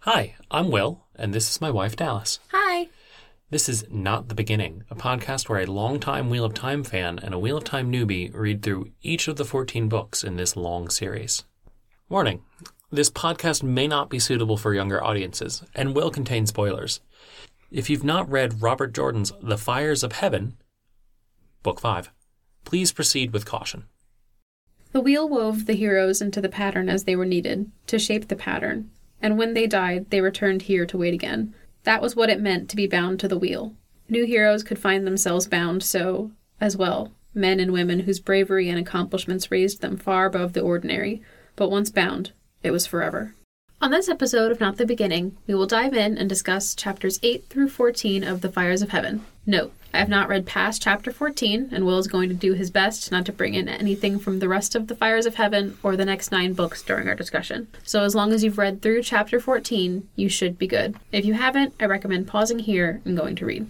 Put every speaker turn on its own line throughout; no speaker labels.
Hi, I'm Will, and this is my wife, Dallas.
Hi.
This is Not the Beginning, a podcast where a longtime Wheel of Time fan and a Wheel of Time newbie read through each of the 14 books in this long series. Warning this podcast may not be suitable for younger audiences and will contain spoilers. If you've not read Robert Jordan's The Fires of Heaven, Book 5, please proceed with caution.
The wheel wove the heroes into the pattern as they were needed, to shape the pattern, and when they died, they returned here to wait again. That was what it meant to be bound to the wheel. New heroes could find themselves bound so, as well, men and women whose bravery and accomplishments raised them far above the ordinary, but once bound, it was forever. On this episode of Not the Beginning, we will dive in and discuss chapters 8 through 14 of The Fires of Heaven. Note, I have not read past chapter 14, and Will is going to do his best not to bring in anything from the rest of The Fires of Heaven or the next nine books during our discussion. So, as long as you've read through chapter 14, you should be good. If you haven't, I recommend pausing here and going to read.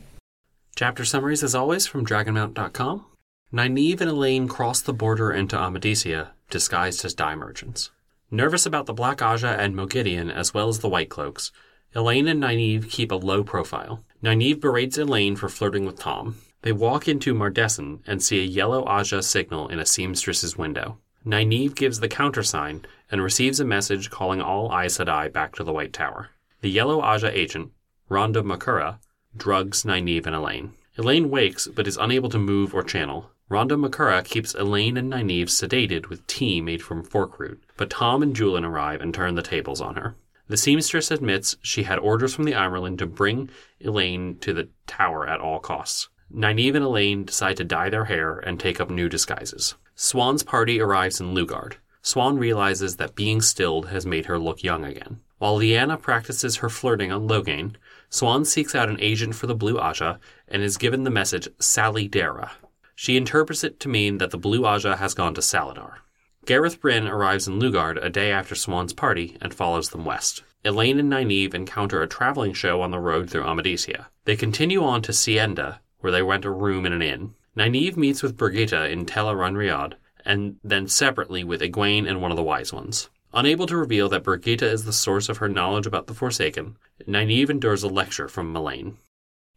Chapter summaries, as always, from DragonMount.com. Nynaeve and Elaine cross the border into Amadisia, disguised as dye merchants. Nervous about the Black Aja and Mogideon, as well as the White Cloaks, Elaine and Nynaeve keep a low profile. Nynaeve berates Elaine for flirting with Tom. They walk into Mardesson and see a yellow Aja signal in a seamstress's window. Nynaeve gives the countersign and receives a message calling all Aes Sedai back to the White Tower. The yellow Aja agent, Rhonda Makura, drugs Nynaeve and Elaine. Elaine wakes but is unable to move or channel. Rhonda Makura keeps Elaine and Nynaeve sedated with tea made from fork root, but Tom and Julian arrive and turn the tables on her. The seamstress admits she had orders from the Imerlin to bring Elaine to the tower at all costs. Nynaeve and Elaine decide to dye their hair and take up new disguises. Swan's party arrives in Lugard. Swan realizes that being stilled has made her look young again. While Lyanna practices her flirting on Loghain, Swan seeks out an agent for the Blue Aja and is given the message Sally Dara. She interprets it to mean that the Blue Aja has gone to Saladar. Gareth Bryn arrives in Lugard a day after Swan's party and follows them west. Elaine and Nynaeve encounter a traveling show on the road through Amadisia. They continue on to Sienda, where they rent a room in an inn. Nynaeve meets with Brigitta in Tel Runriad, and then separately with Egwene and one of the Wise Ones. Unable to reveal that Brigitta is the source of her knowledge about the Forsaken, Nynaeve endures a lecture from Melaine.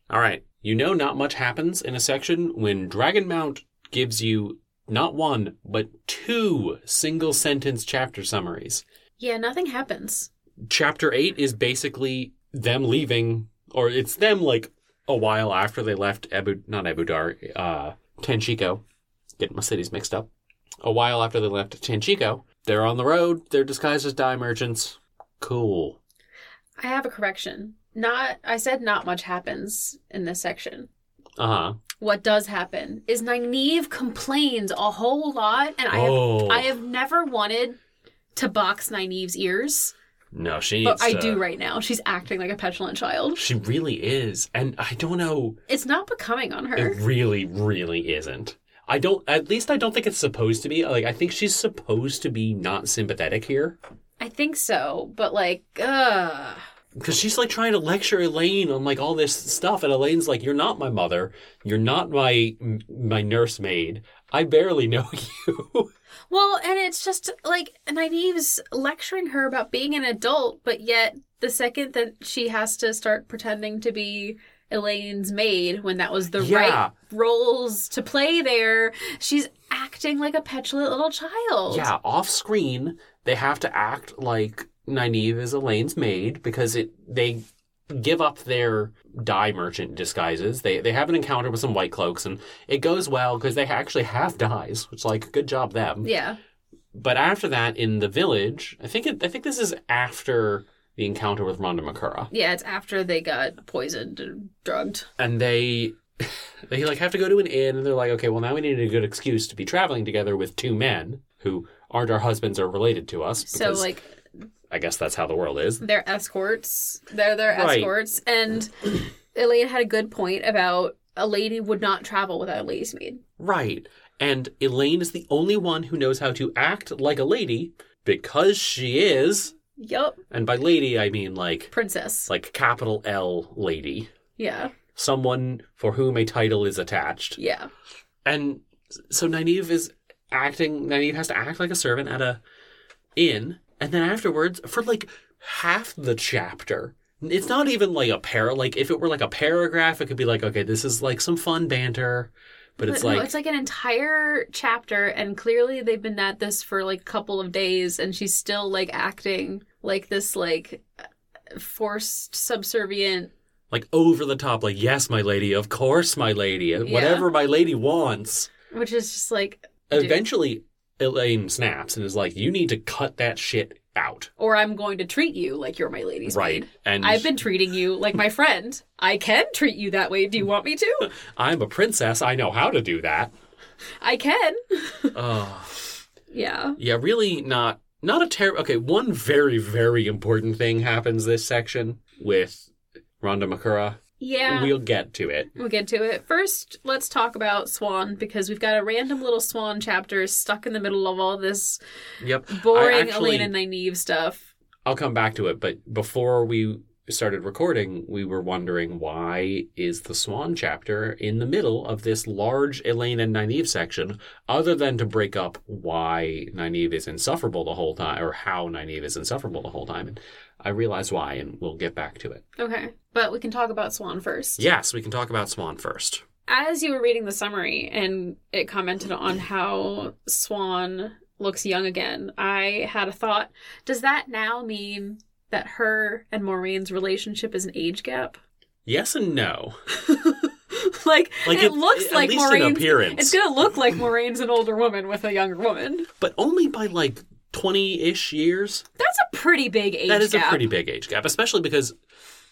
All right. You know, not much happens in a section when Dragonmount gives you not one, but two single sentence chapter summaries.
Yeah, nothing happens.
Chapter 8 is basically them leaving, or it's them like a while after they left Abu, not Abu Dar, uh, Tanchico. Getting my cities mixed up. A while after they left Tanchico, they're on the road, they're disguised as dye merchants. Cool.
I have a correction. Not, I said not much happens in this section.
Uh huh.
What does happen is Nynaeve complains a whole lot, and I
Oh.
have I have never wanted to box Nynaeve's ears.
No, she needs
But I
to-
do right now. She's acting like a petulant child.
She really is. And I don't know.
It's not becoming on her.
It really, really isn't. I don't, at least I don't think it's supposed to be. Like, I think she's supposed to be not sympathetic here.
I think so, but like, uh
Because she's like trying to lecture Elaine on like all this stuff. And Elaine's like, you're not my mother. You're not my, my nursemaid. I barely know you.
Well, and it's just like Nynaeve's lecturing her about being an adult, but yet the second that she has to start pretending to be Elaine's maid when that was the
Yeah.
right roles to play there, she's acting like a petulant little child.
yeah, off screen, they have to act like Nynaeve is Elaine's maid because it, they, give up their dye merchant disguises. They they have an encounter with some white cloaks and it goes well because they actually have dyes, which like good job them.
Yeah.
But after that in the village, I think it, I think this is after the encounter with Rhonda Makura.
Yeah, it's after they got poisoned and drugged.
And they they like have to go to an inn and they're like, "Okay, well now we need a good excuse to be traveling together with two men who aren't our husbands or related to us
So
because
like
I guess that's how the world is."
their escorts. They're their
Right.
escorts. And Elaine had a good point about a lady would not travel without a lady's maid.
Right. And Elaine is the only one who knows how to act like a lady because she is,
Yup.
and by lady I mean like
Princess.
like capital L lady,
Yeah.
someone for whom a title is attached.
Yeah.
And so Nynaeve is acting Nynaeve has to act like a servant at a inn, and then afterwards for like half the chapter. It's not even like a para. Like if it were like a paragraph, it could be like, okay, this is like some fun banter, but, it's
no,
like
it's like an entire chapter, and clearly they've been at this for like a couple of days, and she's still like acting like this like forced subservient.
like over the top. Like yes, my lady, of course, my lady, and
Yeah.
whatever my lady wants.
Which is just like, Dude.
Eventually, Elaine snaps and is like, you need to cut that shit out,
or I'm going to treat you like you're my lady's
right?
maid.
And
I've been treating you like my friend. I can treat you that way. Do you want me to?
I'm a princess. I know how to do that.
I can.
Ugh.
Yeah.
Yeah, really not not a terrible. Okay, one very very important thing happens this section with Rhonda Makura.
Yeah.
We'll get to it.
We'll get to it. First, let's talk about Swan because we've got a random little Swan chapter stuck in the middle of all this
Yep. I
boring
actually-
Elena and Nynaeve stuff.
I'll come back to it, but before we started recording, we were wondering why is the Swan chapter in the middle of this large Elaine and Nynaeve section, other than to break up why Nynaeve is insufferable the whole time, or how Nynaeve is insufferable the whole time. And I realize why, and we'll get back to it.
Okay. But we can talk about Swan first.
Yes, we can talk about Swan first.
As you were reading the summary and it commented on how Swan looks young again, I had a thought. Does that now mean that her and Maureen's relationship is an age gap?
Yes and no.
like,
Like
it, looks
at
like
least in
Maureen's
appearance,
it's gonna look like Maureen's an older woman with a younger woman.
but only by like twenty-ish years.
That's a pretty big age
that is
gap.
a pretty big age gap, especially because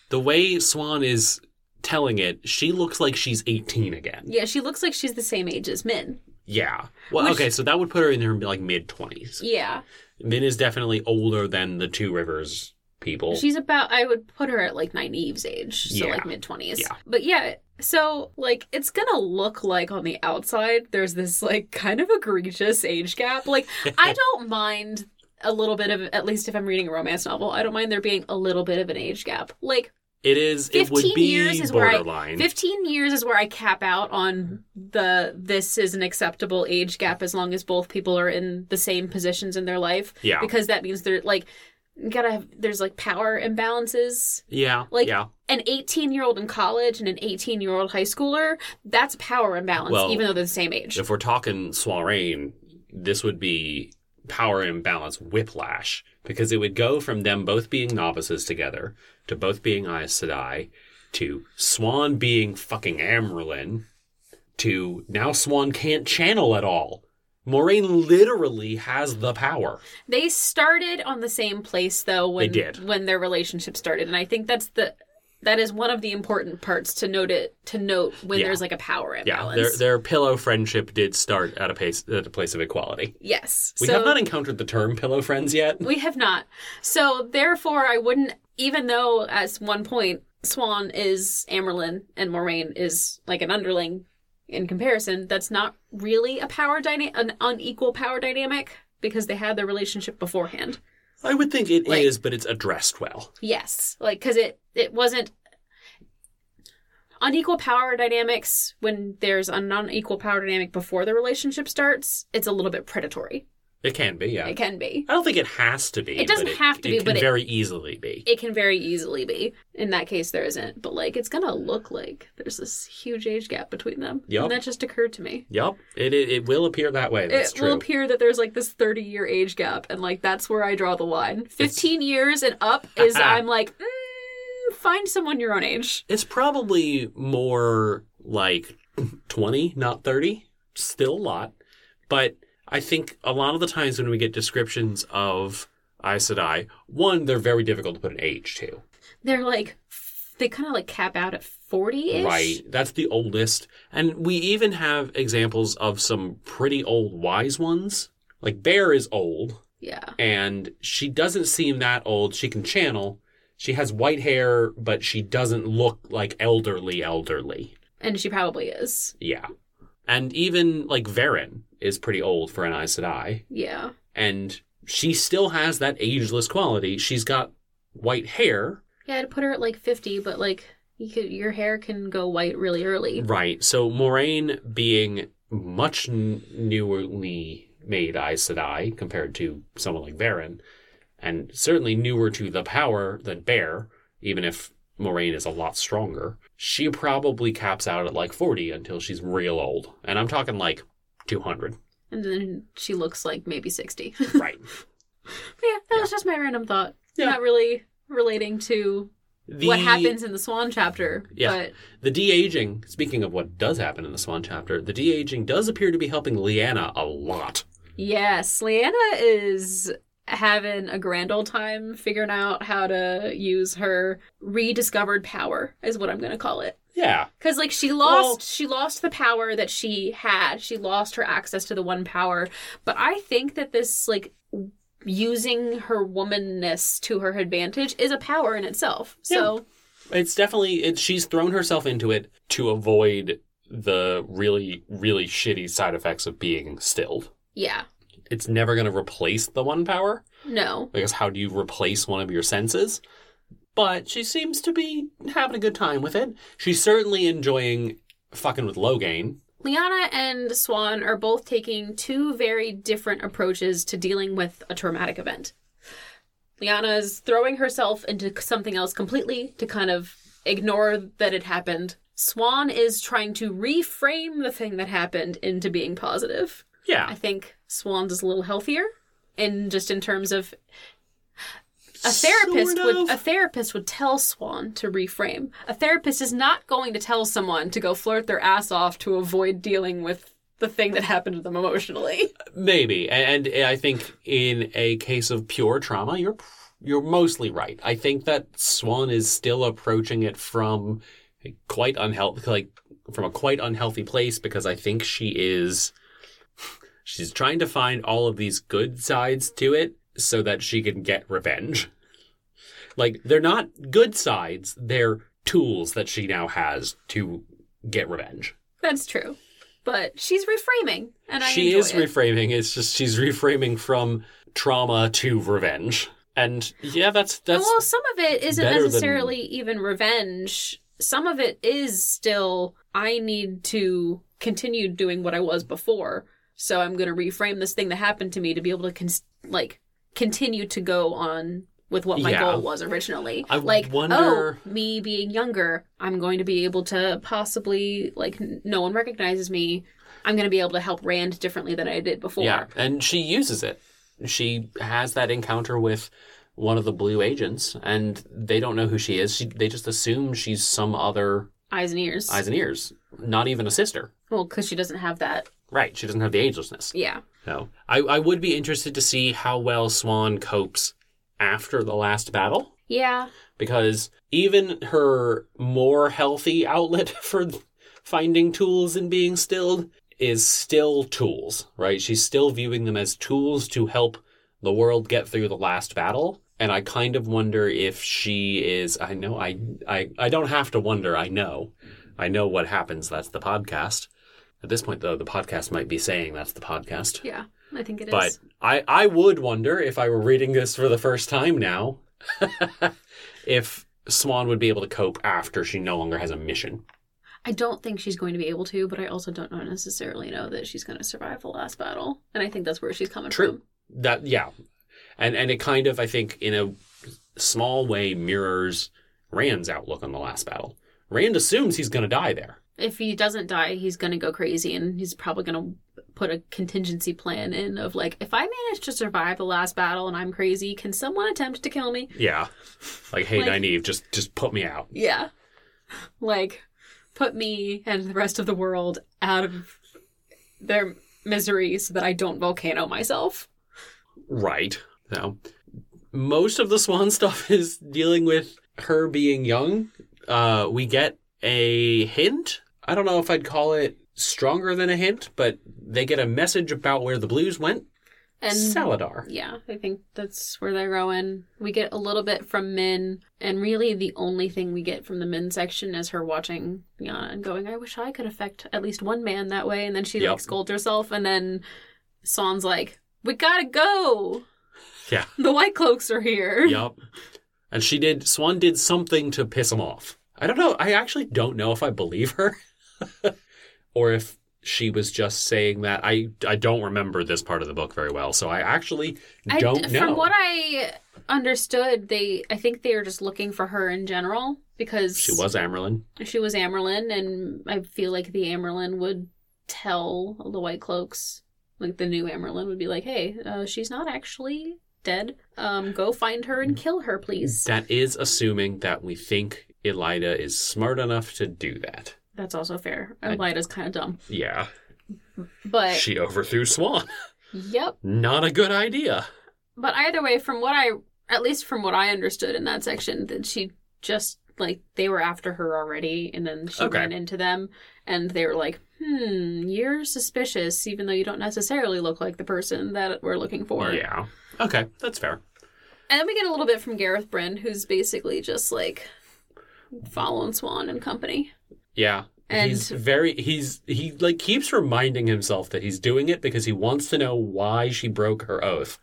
the way Swan is telling it, she looks like she's eighteen again.
Yeah, she looks like she's the same age as Min.
Yeah. Well,
Which-
okay, so that would put her in her like mid twenties.
Yeah,
Min is definitely older than the Two Rivers people.
she's about. I would put her at like Nynaeve's age, so
Yeah.
like mid twenties.
Yeah.
But yeah, so like it's gonna look like on the outside there's this like kind of egregious age gap. Like I don't mind a little bit of at least if I'm reading a romance novel, I don't mind there being a little bit of an age gap. Like
it is. It would
15
be
years is where I-
borderline.
15 years is where I cap out on
Mm-hmm.
the this is an acceptable age gap as long as both people are in the same positions in their life.
yeah.
because that means they're like you gotta have there's like power imbalances
yeah.
like,
yeah.
an 18 year old in college and an 18 year old high schooler that's a power imbalance
Well,
even though they're the same age
If we're talking Soireen, this would be power imbalance whiplash because it would go from them both being novices together to both being Aes Sedai to Swan being fucking Amrlin to now Swan can't channel at all. Moraine literally has the power.
they started on the same place though when
They did.
when their relationship started and i think that's the that is one of the important parts to note it to note when
Yeah.
there's like a power
Yeah, their,
imbalance
their pillow friendship did start at a, pace, at a place of equality.
yes
We
so
have not encountered the term pillow friends yet.
we have not so therefore i wouldn't even though at one point swan is amerlin and moraine is like an underling in comparison that's not really a power dynamic an unequal power dynamic because they had their relationship beforehand
I would think it is,
Like-
but it's addressed well.
yes like because it it wasn't unequal power dynamics when there's an unequal power dynamic before the relationship starts it's a little bit predatory
It can be, yeah.
it can be
I don't think it has to be.
It doesn't
but
have to
it
be,
can
but it-
very easily be.
it can very easily be. In that case, there isn't. But like, it's gonna look like there's this huge age gap between them.
Yep.
And that just occurred to me.
Yep, it, it it will appear that way. That's
it
true.
will appear that there's like this 30 year age gap, and like that's where I draw the line. 15 years and up is I'm like, mm, find someone your own age.
it's probably more like twenty, not thirty. Still a lot, but I think a lot of the times when we get descriptions of Aes Sedai, one they're very difficult to put an age to.
They're like, f- they kind of like cap out at 40 ish.
Right. That's the oldest. And we even have examples of some pretty old wise ones. Like Bear is old.
Yeah.
and she doesn't seem that old. She can channel. She has white hair, but she doesn't look like elderly, elderly.
And she probably is.
Yeah. And even like Varen is pretty old for an Aes Sedai,
Yeah.
and she still has that ageless quality. She's got white hair,
Yeah, I'd put her at like 50, but like, you could, your hair can go white really early.
right? So Moraine being much n- newly made Aes Sedai compared to someone like Varen and certainly newer to the power than Bear, even if Moraine is a lot stronger. She probably caps out at like 40 until she's real old. And I'm talking like 200.
And then she looks like maybe 60.
right.
But yeah, that was just my random thought.
Yeah.
Not really relating to
The,
what happens in the Swan chapter,
Yeah.
but
The de aging, speaking of what does happen in the Swan chapter, the de aging does appear to be helping Lyanna a lot.
yes, Leanna is having a grand old time figuring out how to use her rediscovered power is what I'm going to call it.
Yeah.
Cuz like she lost
Well-
she lost the power that she had. She lost her access to the one power. But I think that this like using her womanness to her advantage is a power in itself. So
It's definitely, it, she's thrown herself into it to avoid the really, really shitty side effects of being stilled.
yeah.
It's never going to replace the one power.
No.
I guess how do you replace one of your senses? But she seems to be having a good time with it. She's certainly enjoying fucking with Loghain.
Liana and Swan are both taking two very different approaches to dealing with a traumatic event. Liana is throwing herself into something else completely to kind of ignore that it happened. Swan is trying to reframe the thing that happened into being positive. I
Yeah.
think Swan's is a little healthier, and just in terms of a therapist
Sort
would a
of.
therapist would tell Swan to reframe. A therapist is not going to tell someone to go flirt their ass off to avoid dealing with the thing that happened to them emotionally.
Maybe. And and I think in a case of pure trauma, you're you're mostly right. I think that Swan is still approaching it from a quite unhealthy like from a quite unhealthy place because I think she is she's trying to find all of these good sides to it so that she can get revenge. Like they're not good sides, they're tools that she now has to get revenge.
That's true, but she's reframing, and I
She
enjoy
is
it.
reframing. It's just she's reframing from trauma to revenge. And yeah, that's that's
well, some of it isn't
better than-
necessarily even revenge. Some of it is still I need to continue doing what I was before, so I'm going to reframe this thing that happened to me to be able to cons- like continue to go on with what my
Yeah.
goal was originally.
I
like,
wonder-
oh, me being younger, I'm going to be able to possibly like n- no one recognizes me. I'm going to be able to help Rand differently than I did before.
yeah. And she uses it. She has that encounter with one of the blue agents, and they don't know who she is. She, they just assume she's some other
Eyes and ears.
eyes and ears, not even a sister.
Well, because she doesn't have that.
Right? She doesn't have the agelessness.
Yeah.
No, I, I would be interested to see how well Swan copes after the last battle.
Yeah.
because even her more healthy outlet for finding tools and being stilled is still tools, right? She's still viewing them as tools to help the world get through the last battle. And I kind of wonder if she is I know I I, I don't have to wonder, I know. I know what happens, that's the podcast. At this point though, the podcast might be saying that's the podcast.
Yeah. I think it is.
But I, I would wonder if I were reading this for the first time now, if Swan would be able to cope after she no longer has a mission.
I don't think she's going to be able to, but I also don't know necessarily know that she's going to survive the last battle. And I think that's where she's coming
True.
from.
That yeah, and and it kind of I think in a small way mirrors Rand's outlook on the last battle. Rand assumes he's going to die there.
If he doesn't die, he's going to go crazy and he's probably going to put a contingency plan in of like, if I manage to survive the last battle and I'm crazy, can someone attempt to kill me?
Yeah, like hey
Like-
Nynaeve, just just put me out.
Yeah. Like, put me and the rest of the world out of their misery so that I don't volcano myself.
Right. So most of the Swan stuff is dealing with her being young. Uh, we get a hint. I don't know if I'd call it stronger than a hint, but they get a message about where the blues went.
And
Saladar.
Yeah, I think that's where they're going. We get a little bit from Min, and really the only thing we get from the Min section is her watching Yana and going, I wish I could affect at least one man that way. And then she
Yep.
like scolds herself, and then San's like, We gotta go.
Yeah.
The White Cloaks are here.
Yup. And she did. Swan did something to piss him off. I don't know. I actually don't know if I believe her, or if she was just saying that I I don't remember this part of the book very well, so I actually
I,
don't know.
From what I understood, they I think they are just looking for her in general because
she was Amerlin.
she was Amerlin, and I feel like the Amerlin would tell the White Cloaks, like the new Amerlin would be like, "Hey, uh, she's not actually dead. Um, go find her and kill her, please."
That is assuming that we think Elida is smart enough to do that.
That's also fair.
I-
Elida's kind of dumb,
Yeah,
but
she overthrew Swan.
yep.
Not a good idea.
But either way, from what I, at least from what I understood in that section, that she just like they were after her already, and then she
Okay.
ran into them, and they were like, "Hmm, you're suspicious, even though you don't necessarily look like the person that we're looking for."
Yeah. Okay, that's fair.
And then we get a little bit from Gareth Bryn, who's basically just like following Swan and company.
Yeah.
And-
he's very he's he like keeps reminding himself that he's doing it because he wants to know why she broke her oath.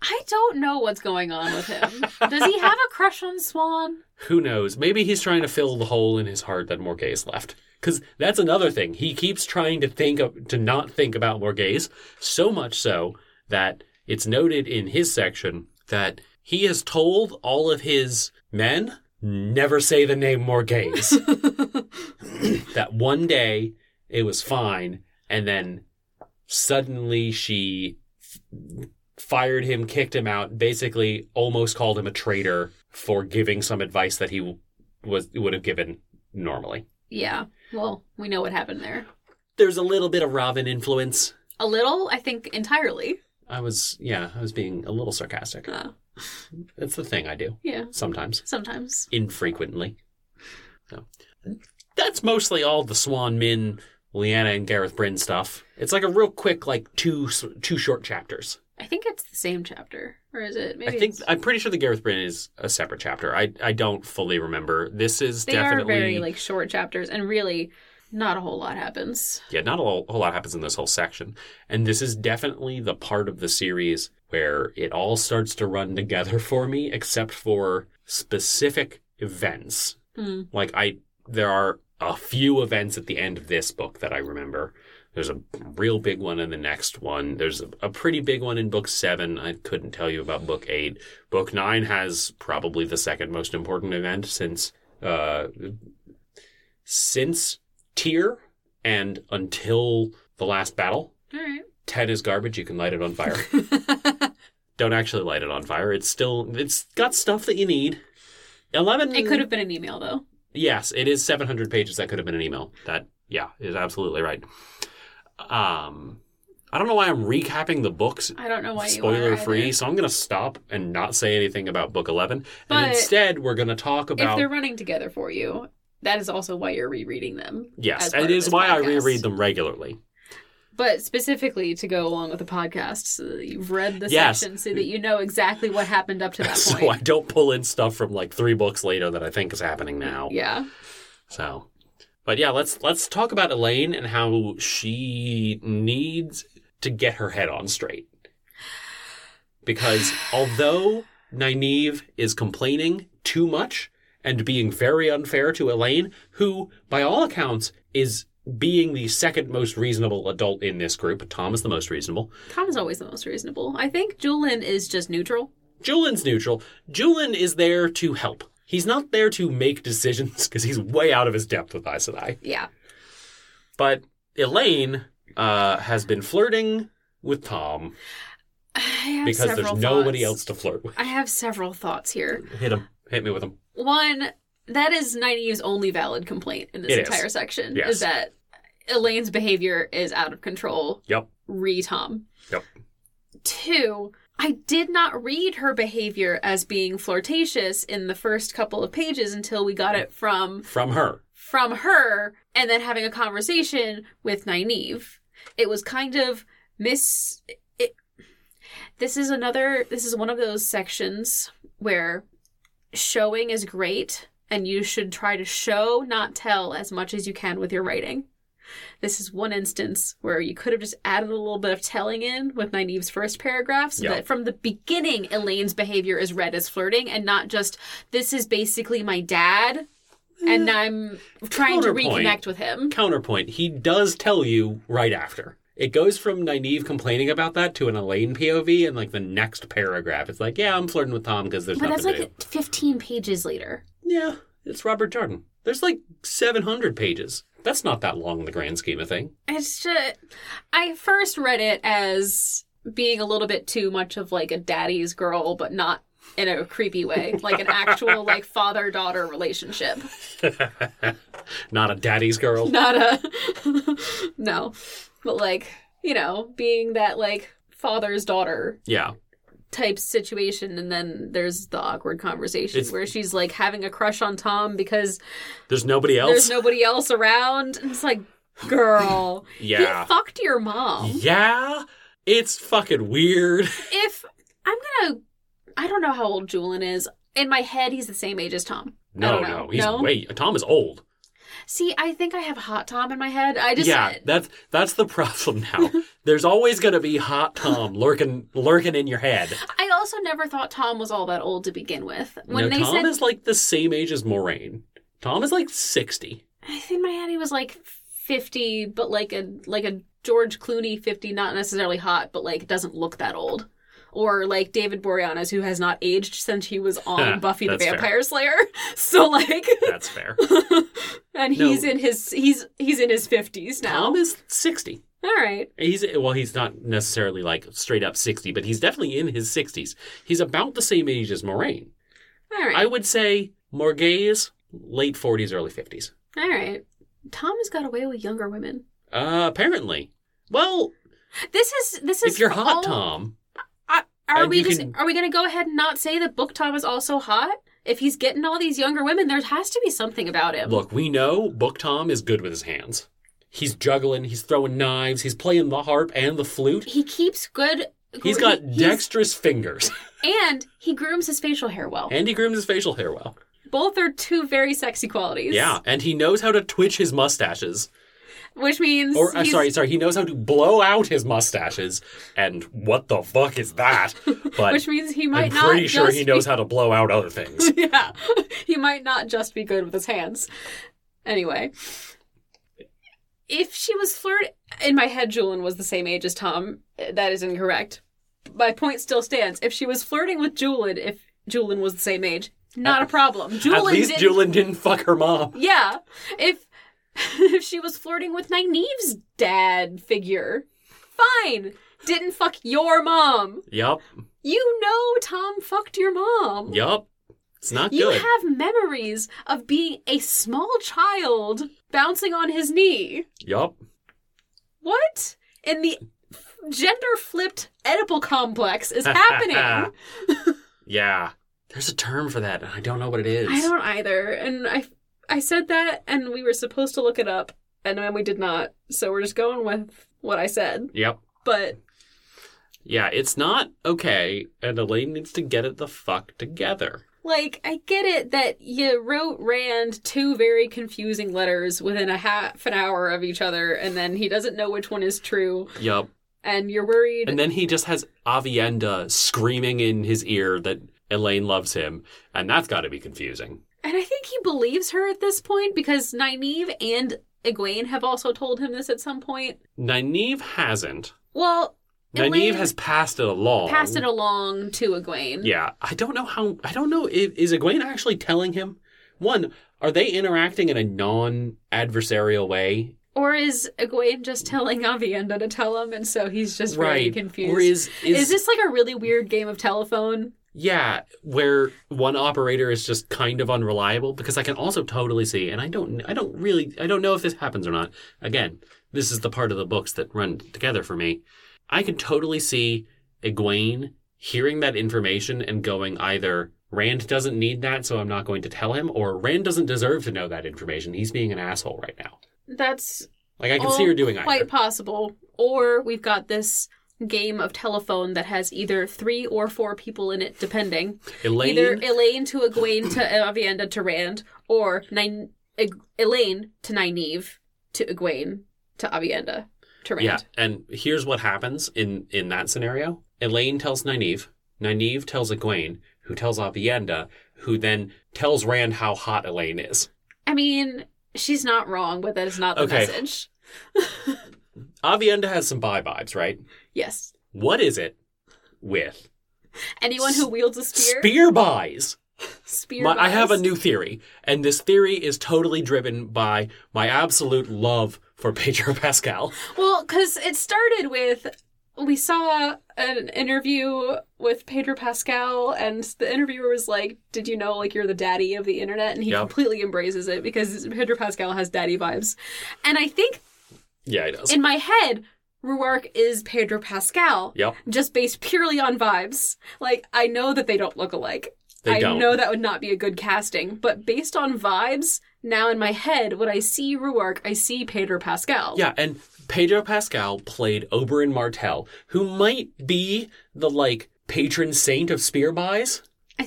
I don't know what's going on with him. Does he have a crush on Swan?
Who knows? Maybe he's trying to fill the hole in his heart that Morghese left. Because that's another thing. He keeps trying to think of, to not think about Morghese, so much so that it's noted in his section that he has told all of his men never say the name Morghese. that one day it was fine, and then suddenly she f- fired him, kicked him out, basically almost called him a traitor for giving some advice that he w- was would have given normally.
yeah. Well, we know what happened there.
There's a little bit of Robin influence.
A little, I think, entirely.
I was yeah, I was being a little sarcastic.
Uh,
It's the thing I do
yeah.
sometimes,
Sometimes.
infrequently. So that's mostly all the Swan Min, Leanna and Gareth Bryn stuff. It's like a real quick like two s- two short chapters.
I think it's the same chapter, or is it? Maybe
I think
it's-
I'm pretty sure the Gareth Bryn is a separate chapter. I I don't fully remember. This is
they
definitely
are very like short chapters, and really, not a whole lot happens.
yeah, not a whole, whole lot happens in this whole section. And this is definitely the part of the series where it all starts to run together for me, except for specific events.
Hmm.
Like I, there are a few events at the end of this book that I remember. There's a real big one in the next one. There's a, a pretty big one in book seven. I couldn't tell you about book eight. Book nine has probably the second most important event since uh, since Tyr and until the last battle.
All right.
Ted is garbage. You can light it on fire. Don't actually light it on fire. It's still it's got stuff that you need. Eleven.
it could have been an email though.
Yes, it is 700 pages. That could have been an email. That, yeah, is absolutely right. Um, I don't know why I'm recapping the books
I don't know why you are
spoiler free,
either.
so I'm going to stop and not say anything about book 11.
But-
and instead, we're going to talk
If
about.
they're running together for you, that is also why you're rereading them.
Yes,
as
it
part of
is
this
why I
podcast.
reread them regularly.
But specifically to go along with the podcast, so that you've read the
Yes.
section so that you know exactly what happened up to that
So I
point.
don't pull in stuff from like three books later that I think is happening now.
Yeah.
So, but yeah, let's let's talk about Elaine and how she needs to get her head on straight. Because although Nynaeve is complaining too much and being very unfair to Elaine, who by all accounts is being the second most reasonable adult in this group, Tom is the most reasonable.
Tom is always the most reasonable. I think Julian is just neutral.
Julian's neutral. Julian is there to help. He's not there to make decisions because he's way out of his depth with Aes Sedai.
Yeah.
But Elaine uh, has been flirting with Tom
I have
because there's
several
nobody
thoughts.
else to flirt with.
I have several thoughts here.
Hit him. Hit me with him.
One, that is Nynaeve's only valid complaint in this
It is.
entire section
Yes.
is that Elaine's behavior is out of control.
Yep.
Re Tom.
Yep.
Two, I did not read her behavior as being flirtatious in the first couple of pages until we got it from
From her.
from her and then having a conversation with Nynaeve. It was kind of miss. It, this is another. This is one of those sections where showing is great, and you should try to show, not tell, as much as you can with your writing. This is one instance where you could have just added a little bit of telling in with Nynaeve's first paragraph so
Yeah.
that from the beginning, Elaine's behavior is read as flirting and not just, this is basically my dad and I'm trying to
Eh, Counterpoint.
reconnect with him.
Counterpoint, he does tell you right after. It goes from Nynaeve complaining about that to an Elaine POV in like the next paragraph. It's like, yeah, I'm flirting with Tom because there's
But that's
nothing to do.
like 15 pages later.
Yeah, it's Robert Jordan. There's like 700 pages. That's not that long in the grand scheme of thing.
It's just, I first read it as being a little bit too much of like a daddy's girl, but not in a creepy way, like an actual like father daughter relationship.
Not a daddy's girl.
Not a, no, but like, you know, being that like father's daughter
Yeah.
type situation. And then there's the awkward conversation
It's-
where she's like having a crush on Tom because
There's nobody else.
there's nobody else around. And it's like, girl,
yeah.
he fucked your mom.
Yeah. It's fucking weird.
if I'm gonna, I don't know how old Julian is. In my head, he's the same age as Tom. I
No,
don't know.
no. He's
no.
way Tom is old.
See, I think I have hot Tom in my head. I just
yeah, that's that's the problem now. There's always gonna be hot Tom lurking lurking in your head.
I also never thought Tom was all that old to begin with. When
no,
they
Tom
said,
is like the same age as Moraine. Tom is like sixty.
I think in my head he was like fifty, but like a like a George Clooney fifty, not necessarily hot, but like doesn't look that old. Or like David Boreanaz, who has not aged since he was on Buffy the
That's fair.
Vampire Slayer. So like,
That's fair.
and
No.
he's in his he's he's in his fifties now.
Tom is sixty.
all right.
He's well, he's not necessarily like straight up sixty, but he's definitely in his sixties. He's about the same age as Moraine.
All right.
I would say Morgay's late forties, early fifties.
All right. Tom has got away with younger women.
Uh, apparently. Well,
This is this is
if you're
for
hot,
all-
Tom,
Are
and
we
you
just
can-
are we going to go ahead and not say that Book Tom is also hot? If he's getting all these younger women, there has to be something about him.
look, we know Book Tom is good with his hands. He's juggling, he's throwing knives, he's playing the harp and the flute.
He keeps good.
He's got
he- he's-
dexterous fingers,
and he grooms his facial hair well.
and he grooms his facial hair well.
Both are two very sexy qualities.
Yeah, and he knows how to twitch his mustaches.
which means
Or uh,
he's-
sorry, sorry. He knows how to blow out his mustaches, and what the fuck is that? But
which means he
I'm
might not.
pretty sure
just
he knows how to blow out other things.
Be, yeah, he might not just be good with his hands. Anyway, if she was flirt in my head, Julian was the same age as Tom. That is incorrect. My point still stands. If she was flirting with Julian, if Julian was the same age, not a problem.
At
Julian
least
didn't.
Julian didn't fuck her mom.
Yeah, if if she was flirting with Nynaeve's dad figure, fine. Didn't fuck your mom.
Yup,
You know Tom fucked your mom.
yup. It's not
You
good.
have memories of being a small child bouncing on his knee.
yup.
What in the gender flipped Oedipal complex is happening? I
yeah. There's a term for that, and I don't know what it is.
don't either. And I I said that and we were supposed to look it up and then we did not. So we're just going with what I said.
Yep.
But
Yeah, it's not okay, and Elaine needs to get it the fuck together.
like I get it that you wrote Rand two very confusing letters within a half an hour of each other and then he doesn't know which one is true
Yup.
and you're worried
And then he just has Avienda screaming in his ear that Elaine loves him, and that's got to be confusing.
And I think he believes her at this point because Nynaeve and Egwene have also told him this at some point.
Nynaeve hasn't.
Well, Elaine
Nynaeve has passed it along.
passed it along to Egwene.
Oh. Yeah, I don't know how. I don't know. If, is Egwene actually telling him? One, are they interacting in a non-adversarial way?
Or is Egwene just telling Avienda to tell him and so he's just really confused?
Or is is,
Is this like a really weird game of telephone?
Yeah, where one operator is just kind of unreliable because I can also totally see, and I don't, I don't really, I don't know if this happens or not. Again, this is the part of the books that run together for me. I can totally see Egwene hearing that information and going either Rand doesn't need that, so I'm not going to tell him, or Rand doesn't deserve to know that information. He's being an asshole right now.
That's
Like I can
all
see her doing
quite
either.
possible. Or we've got this game of telephone that has either three or four people in it, depending.
Elaine,
Either Elaine to Egwene to Avienda to Rand, or Nine- Eg- Elaine to Nynaeve to Egwene to Avienda to Rand.
Yeah, and here's what happens in in that scenario: Elaine tells Nynaeve, Nynaeve tells Egwene, who tells Avienda, who then tells Rand how hot Elaine is.
I mean, she's not wrong, but that is not the
Okay.
message.
Avienda has some bi vibes, right?
Yes.
What is it with
Anyone who wields a spear,
spear buys?
spear.
My, I have a
buys.
new theory, and this theory is totally driven by my absolute love for Pedro Pascal.
Well, because it started with we saw an interview with Pedro Pascal, and the interviewer was like, "Did you know like you're the daddy of the internet?" And he
Yeah.
completely embraces it because Pedro Pascal has daddy vibes, and I think
Yeah, it does.
in my head, Ruark is Pedro Pascal.
yep,
Just based purely on vibes. Like, I know that they don't look alike.
they
I
don't.
know that would not be a good casting, but based on vibes, now in my head, when I see Ruark, I see Pedro Pascal.
Yeah, and Pedro Pascal played Oberyn Martell, who might be the like patron saint of spear buys
I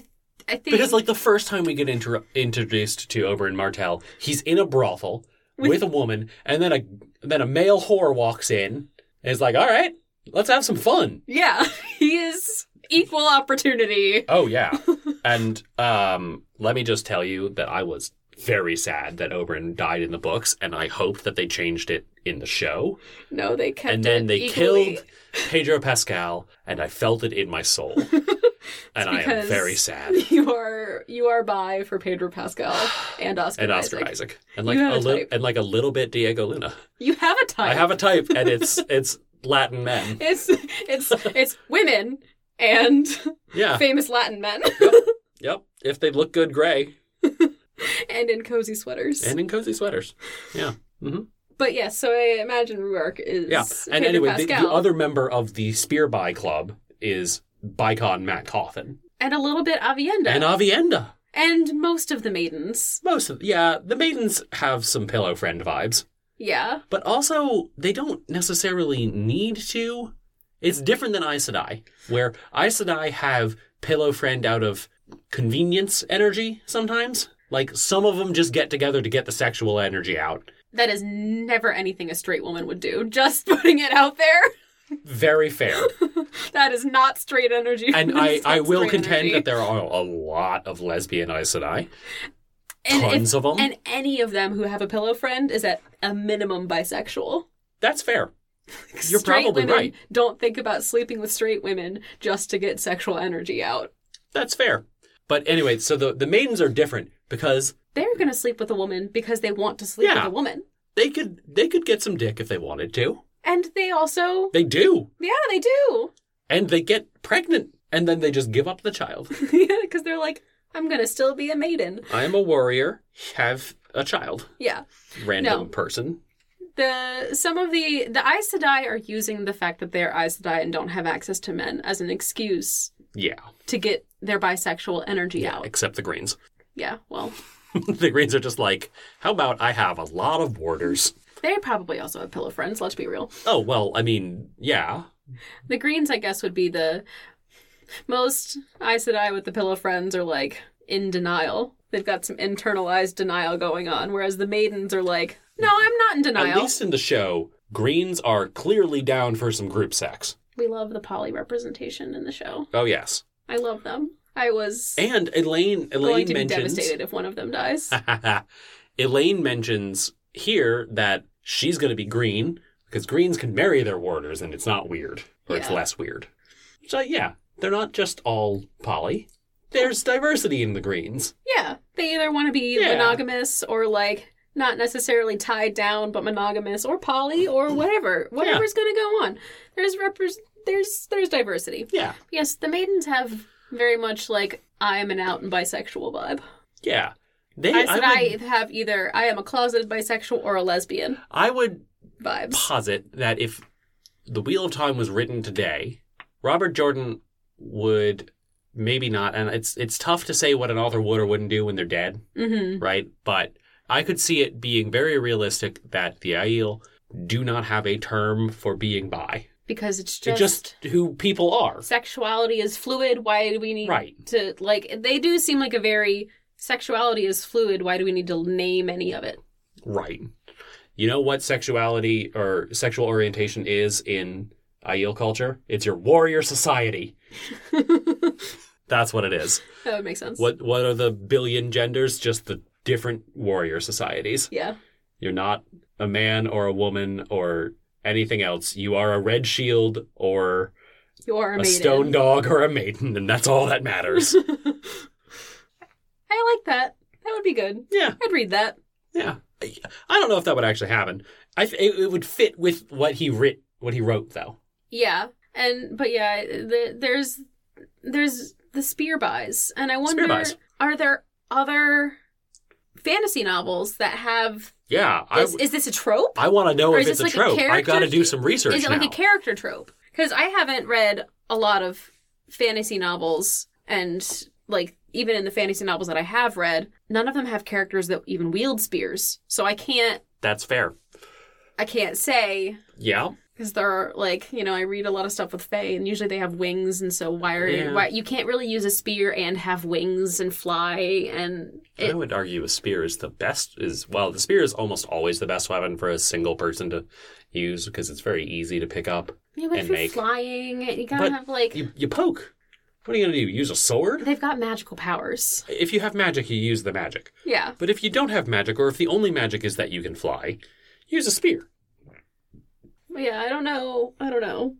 think
because like the first time we get inter- introduced to Oberyn Martell, he's in a brothel with,
With-
a woman, and then a then a male whore walks in and is like, "All right, let's have some fun."
Yeah, he is equal opportunity.
Oh yeah. and um, let me just tell you that I was very sad that Oberyn died in the books, and I hoped that they changed it in the show.
No, they kept
and then
it
they
equally.
killed Pedro Pascal, and I felt it in my soul. and I am
because-
very sad.
You are you are by for Pedro Pascal and Oscar
And Oscar Isaac,
Isaac.
and like
You have
a
a
little,
type.
and like a little bit Diego Luna.
You have a type.
I have a type, and it's it's Latin men.
It's it's it's women and
Yeah,
famous Latin men
yep. If they look good, gray,
and in cozy sweaters.
and in cozy sweaters. Yeah. hmm
but yes, so I imagine Ruark is
Yeah, and
Pedro
anyway, the,
Pascal.
the other member of the Spear Buy Club is Bicon Matt Coffin
and a little bit Avienda
and uh,
and,
Avienda.
most of the maidens.
Most of yeah, the maidens have some pillow friend vibes,
Yeah,
but also they don't necessarily need to. It's different than Aes Sedai, where Aes Sedai have pillow friend out of convenience energy sometimes. Like some of them just get together to get the sexual energy out.
that is never anything a straight woman would do. Just putting it out there.
Very fair.
That is not straight energy.
And I, I will contend that
there
there are a lot of lesbian Aes Sedai.
and if-
Tons of them.
And any of them who have a pillow friend is at a minimum bisexual.
That's fair. You're
Straight
probably
women
right.
Don't think about sleeping with straight women just to get sexual energy out.
That's fair. But anyway, so the, the maidens are different because
They're going to sleep with a woman because they want to sleep
Yeah.
with a woman.
they could they could get some dick if they wanted to.
And they also,
They do.
yeah, they do.
And they get pregnant and then they just give up the child.
yeah, because they're like, I'm going to still be a maiden.
I am a warrior, have a child.
Yeah.
Random
No.
person.
the some of the the Aes Sedai are using the fact that they're Aes Sedai and don't have access to men as an excuse
Yeah.
to get their bisexual energy out.
Except the greens.
Yeah, well,
the greens are just like, how about I have a lot of warders?
they probably also have pillow friends. Let's be real.
Oh well, I mean, yeah.
The Greens, I guess, would be the most Aes Sedai with the pillow friends are like in denial. They've got some internalized denial going on, whereas the maidens are like, no, I'm not in
At
denial.
least in the show, greens are clearly down for some group sex.
we love the poly representation in the show.
Oh yes.
I love them. I was
And Elaine
going
Elaine
to be
mentions Ah.
devastated if one of them dies.
Elaine mentions here that she's going to be green because greens can marry their warders and it's not weird or it's
Yeah.
less weird. So yeah, they're not just all poly. There's diversity in the greens.
Yeah, they either want to be
Yeah.
monogamous or like not necessarily tied down, but monogamous or poly or whatever. Whatever's going to go on. There's repres there's there's diversity.
Yeah.
Yes, the maidens have very much like I am an out and bisexual vibe.
Yeah. They
I
I,
said
would,
I have either I am a closeted bisexual or a lesbian
I would
vibes.
posit that if the Wheel of Time was written today, Robert Jordan would maybe not and it's it's tough to say what an author would or wouldn't do when they're dead.
Mm-hmm.
right? But I could see it being very realistic that the Aiel do not have a term for being bi.
Because it's
It's
just,
just who people are.
sexuality is fluid. Why do we need
Right.
to like? They do seem like a very sexuality is fluid. Why do we need to name any of it?
Right. You know what sexuality or sexual orientation is in Aiel culture? It's your warrior society.
that
That's what it is.
would make sense.
What what are the billion genders? Just the different warrior societies.
Yeah.
You're not a man or a woman or anything else. You are a red shield or
You are a,
a,
maiden.
stone dog or a maiden, and that's all that matters.
I like that. That would be good.
yeah.
I'd read that.
Yeah, I I don't know if that would actually happen. I f- it, it would fit with what he writ what he wrote though.
Yeah. And but yeah, the, there's there's the spear buys, and I wonder
buys.
are there other fantasy novels that have
Yeah, I
is, is this a trope?
I want to know
Or
if
is
it's a
this like a
trope. I got to
character-
do some research
Is it
now.
like a character trope? Because I haven't read a lot of fantasy novels, and like even in the fantasy novels that I have read, none of them have characters that even wield spears. So I can't
That's fair.
I can't say
Yeah,
because there are like you know I read a lot of stuff with Fae, and usually they have wings, and so why are
Yeah.
why you can't really use a spear and have wings and fly and
I
it,
would argue a spear is the best. Is well, the spear is almost always the best weapon for a single person to use because it's very easy to pick up.
yeah,
and
but if you're
make-
flying, you gotta
But
have like
You you poke. What are you gonna do? Use a sword?
they've got magical powers.
If you have magic, you use the magic.
Yeah,
But if you don't have magic, or if the only magic is that you can fly, use a spear.
yeah. I don't know. I don't know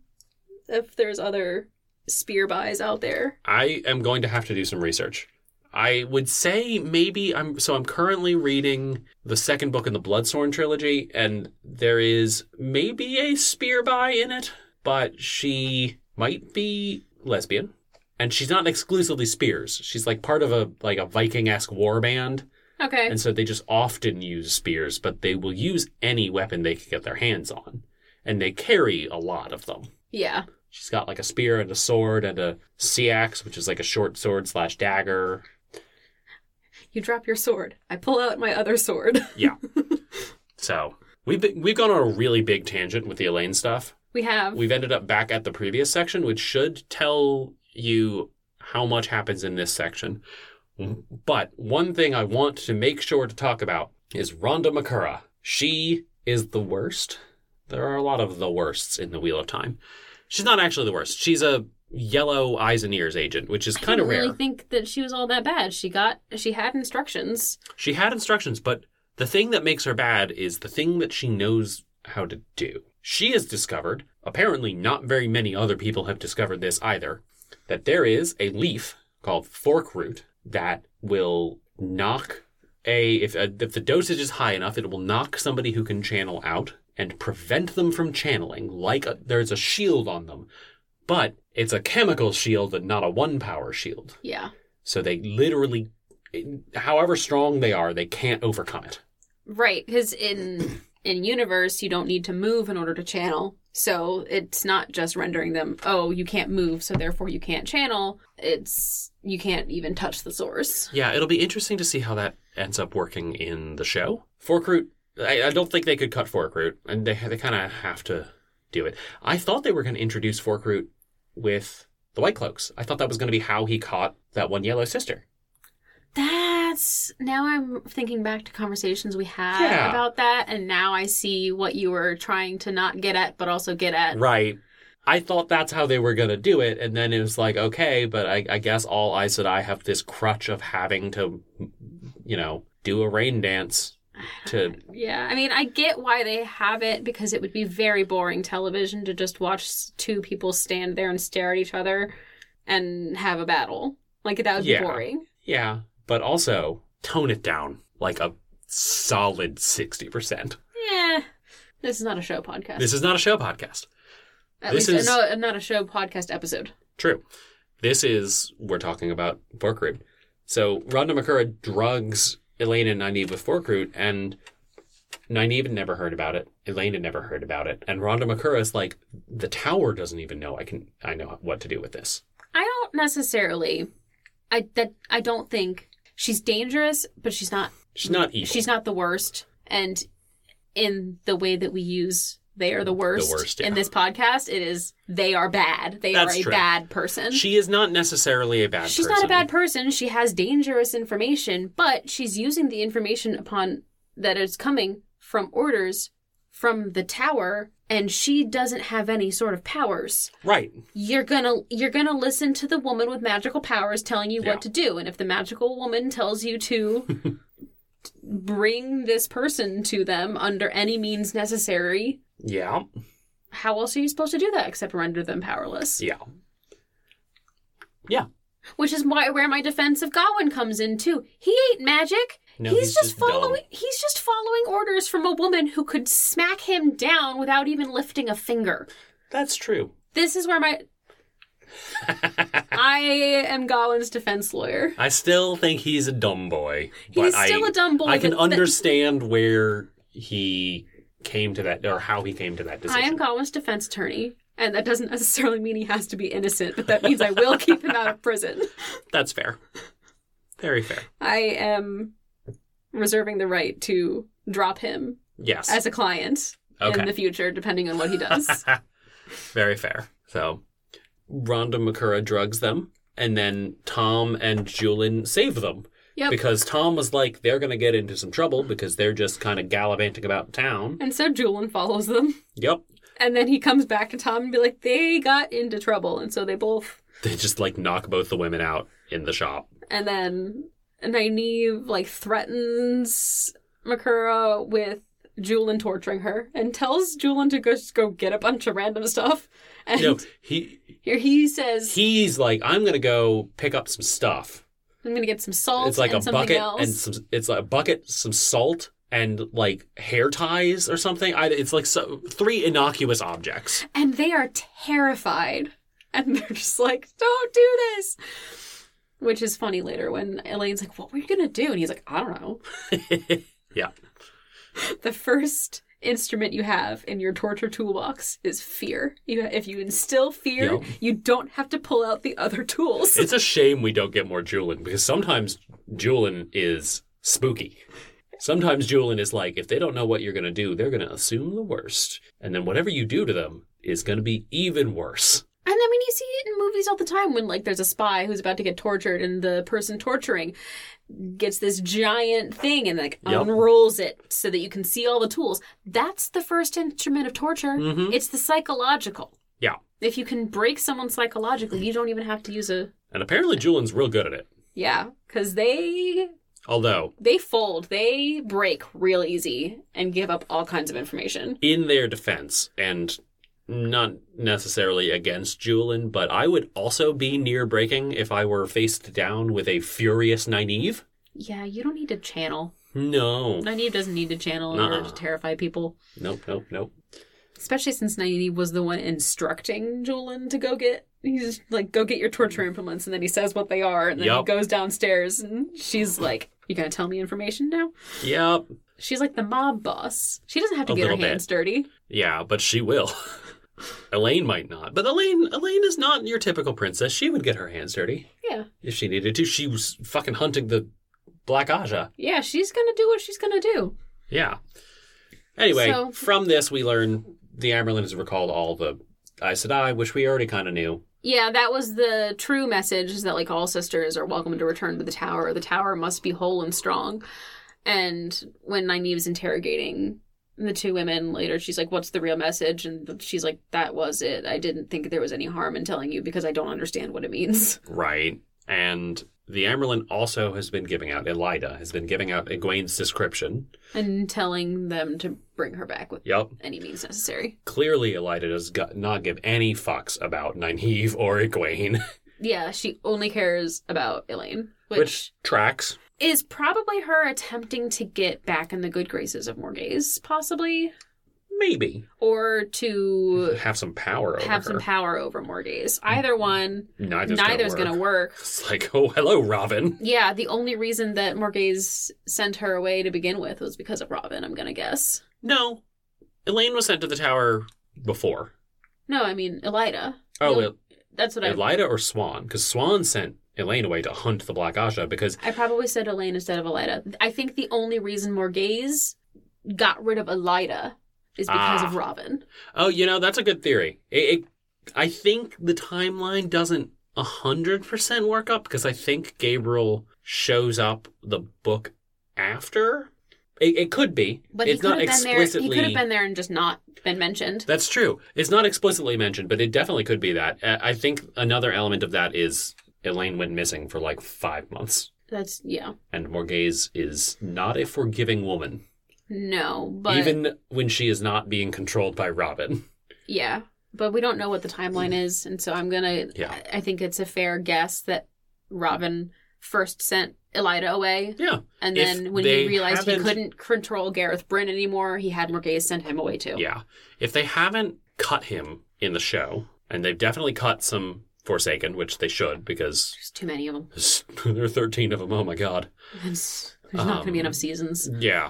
if there's other spear buys out there.
I am going to have to do some research. I would say maybe I'm so I'm currently reading the second book in the Bloodsworn trilogy, and there is maybe a spear by in it, but she might be lesbian. And she's not exclusively spears. She's like part of a like a Viking esque war band.
Okay.
And so they just often use spears, but they will use any weapon they can get their hands on. And they carry a lot of them.
yeah.
She's got like a spear and a sword and a sea axe, which is like a short sword slash dagger.
You drop your sword. I pull out my other sword.
So we've been, we've gone on a really big tangent with the Elaine stuff.
We have.
We've ended up back at the previous section, which should tell you how much happens in this section. But one thing I want to make sure to talk about is Rhonda Makura. She is the worst. There are a lot of the worsts in the Wheel of Time. She's not actually the worst. She's a yellow eyes and ears agent, which is kind of
I
rare.
didn't really think that she was all that bad. She got she had instructions.
She had instructions, but the thing that makes her bad is the thing that she knows how to do. She has discovered, apparently not very many other people have discovered this either, that there is a leaf called fork root that will knock a if a, if the dosage is high enough, it will knock somebody who can channel out and prevent them from channeling like a, there's a shield on them. But it's a chemical shield and not a one power shield.
Yeah.
So they literally, however strong they are, they can't overcome it.
Right, cuz in in universe you don't need to move in order to channel. So it's not just rendering them, oh, you can't move, so therefore you can't channel. It's you can't even touch the source.
Yeah, it'll be interesting to see how that ends up working in the show. Forkroot, I, I don't think they could cut Forkroot, and they they kind of have to do it. I thought they were going to introduce Forkroot with the White Cloaks. I thought that was going to be how he caught that one yellow sister.
That's now I'm thinking back to conversations we had
Yeah.
about that and now I see what you were trying to not get at but also get at.
Right. I thought that's how they were going to do it, and then it was like, okay, but I, I guess all I said I have this crutch of having to, you know, do a rain dance to
Yeah, I mean, I get why they have it because it would be very boring television to just watch s- two people stand there and stare at each other and have a battle. Like that would
Yeah.
be boring.
Yeah, but also tone it down like a solid 60%.
Yeah. This is not a show podcast.
This is not a show podcast.
at
this
least uh,
is-
no, not a show podcast episode.
True. This is, we're talking about Forkroot. So Rhonda Makura drugs Elaine and Nynaeve with Forkroot, and Nynaeve had never heard about it. Elaine had never heard about it. And Rhonda Makura is like, the tower doesn't even know I can, I know what to do with this.
I don't necessarily. I that I don't think she's dangerous, but she's not.
She's not evil.
She's not the worst. And in the way that we use, they are the worst.
worst, yeah.
In this podcast, it is they are bad. They
That's
are a
true.
bad person.
She is not necessarily a bad
she's
person.
not a bad person. She has dangerous information, but she's using the information upon that is coming from orders from the tower and she doesn't have any sort of powers.
Right.
You're going to you're going to listen to the woman with magical powers telling you
Yeah.
what to do and if the magical woman tells you to bring this person to them under any means necessary.
Yeah.
How else are you supposed to do that except render them powerless?
Yeah.
Which is why where my defense of Gawain comes in too. He ain't magic.
No,
he's,
he's
just
just dumb.
following he's just following orders from a woman who could smack him down without even lifting a finger.
That's true.
This is where my I am Gawain's defense lawyer.
I still think he's a dumb boy.
He's
but
still
I-
a dumb boy.
I can
but-
understand where he came to that, or how he came to that
I
decision.
am Gawain's defense attorney, and that doesn't necessarily mean he has to be innocent, but that means I will keep him out of prison.
That's fair. Very fair.
I am reserving the right to drop him
Yes.
as a client in
okay.
the future, depending on what he does.
Very fair. So, Rhonda Makura drugs them, and then Tom and Julian save them.
Yep.
Because Tom was like, they're going to get into some trouble because they're just kind of gallivanting about town.
and so Julian follows them.
Yep.
And then he comes back to Tom and be like, they got into trouble. And so they both.
They just like knock both the women out in the shop.
And then Nynaeve, like, threatens Makura with Julian torturing her and tells Julian to go, just go get a bunch of random stuff. And
No, he
Here he says,
he's like, I'm going to go pick up some stuff.
"I'm gonna get some salt
it's like
and
a
something
bucket
else."
and some it's like a bucket some salt and like hair ties or something I, it's like so, three innocuous objects
And they are terrified, and they're just like, "Don't do this," which is funny later when Elaine's like, "What were you gonna do?" And he's like, "I don't know."
yeah
The first instrument you have in your torture toolbox is fear. You, if you instill fear,
Yep.
you don't have to pull out the other tools.
it's a shame we don't get more julin because sometimes julin is spooky sometimes julin is like if they don't know what you're going to do they're going to assume the worst and then whatever you do to them is going to be even worse
And I mean, you see it in movies all the time when, like, there's a spy who's about to get tortured, and the person torturing gets this giant thing and, like,
Yep.
unrolls it so that you can see all the tools. That's the first instrument of torture.
Mhm.
It's the psychological.
Yeah.
If you can break someone psychologically, you don't even have to use a.
and apparently julin's real good at it
Yeah, because they
although
they fold, they break real easy, and give up all kinds of information.
in their defense and not necessarily against Julin, but I would also be near breaking if I were faced down with a furious Nynaeve.
Yeah, you don't need to channel.
No.
Nynaeve doesn't need to channel in order
Nuh-uh.
to terrify people.
Nope, nope, nope.
Especially since Naini was the one instructing Julian to go get he's like, go get your torture implements and then he says what they are and then he
Mm. Yup.
goes downstairs and she's like, You gonna tell me information now?
Yep.
She's like the mob boss. She doesn't have to
A
get her
little bit.
hands dirty.
Yeah, but she will. Elaine might not. But Elaine Elaine is not your typical princess. She would get her hands dirty
Yeah.
if she needed to. She was fucking hunting the Black Aja.
Yeah, she's gonna do what she's gonna do.
Yeah. Anyway,
So-
from this we learn the Amerlin has recalled all the Aes Sedai, which we already kind of knew.
Yeah, that was the true message is that like all sisters are welcome to return to the tower. The tower must be whole and strong. And when Nynaeve's interrogating the two women later, she's like, What's the real message? And she's like, That was it. I didn't think there was any harm in telling you because I don't understand what it means.
Right. And the Amerlin also has been giving out, Elida has been giving out Egwene's description.
And telling them to bring her back with
Yep.
any means necessary.
Clearly, Elida does go- not give any fucks about Nynaeve or Egwene,
Yeah, she only cares about Elaine,
which,
which,
tracks.
is probably her attempting to get back in the good graces of Morgaze, possibly,
Maybe.
or to
Have some power over
have
her. Mm-hmm.
some power over Morgaze. Either one,
Neither's,
neither's
gonna,
going to
work.
work.
It's like, oh, hello, Robin.
Yeah, the only reason that Morgaze sent her away to begin with was because of Robin, I'm going to guess.
No. Elaine was sent to the tower before.
No, I mean, Elida.
Oh,
No, That's what
El-
I.
Elida or Swan? Because Swan sent Elaine away to hunt the Black Aja because
I probably said Elaine instead of Elida. I think the only reason Morgaze got rid of Elida is because
Ah.
of Robin.
Oh, you know, that's a good theory. It, it, I think the timeline doesn't 100% work up because I think Gabriel shows up the book after. It, it could be.
But
it's
he could
not
have been there. He
explicitly.
could have been there and just not been mentioned.
That's true. It's not explicitly mentioned, but it definitely could be that. Uh, I think another element of that is Elaine went missing for like five months.
That's, yeah.
And Morgaze is not a forgiving woman,
No, but
even when she is not being controlled by Robin.
yeah. But we don't know what the timeline is. And so I'm going to,
Yeah.
I I think it's a fair guess that Robin first sent Elida away.
Yeah.
And
If
then when
they
he realized he
haven't-
couldn't control Gareth Bryn anymore, he had Morgaze send him away too.
Yeah. If they haven't cut him in the show, and they've definitely cut some Forsaken, which they should because
There's too many of them.
there are 13 of them. Oh my God.
There's there's not going to
Um,
be enough seasons.
Yeah.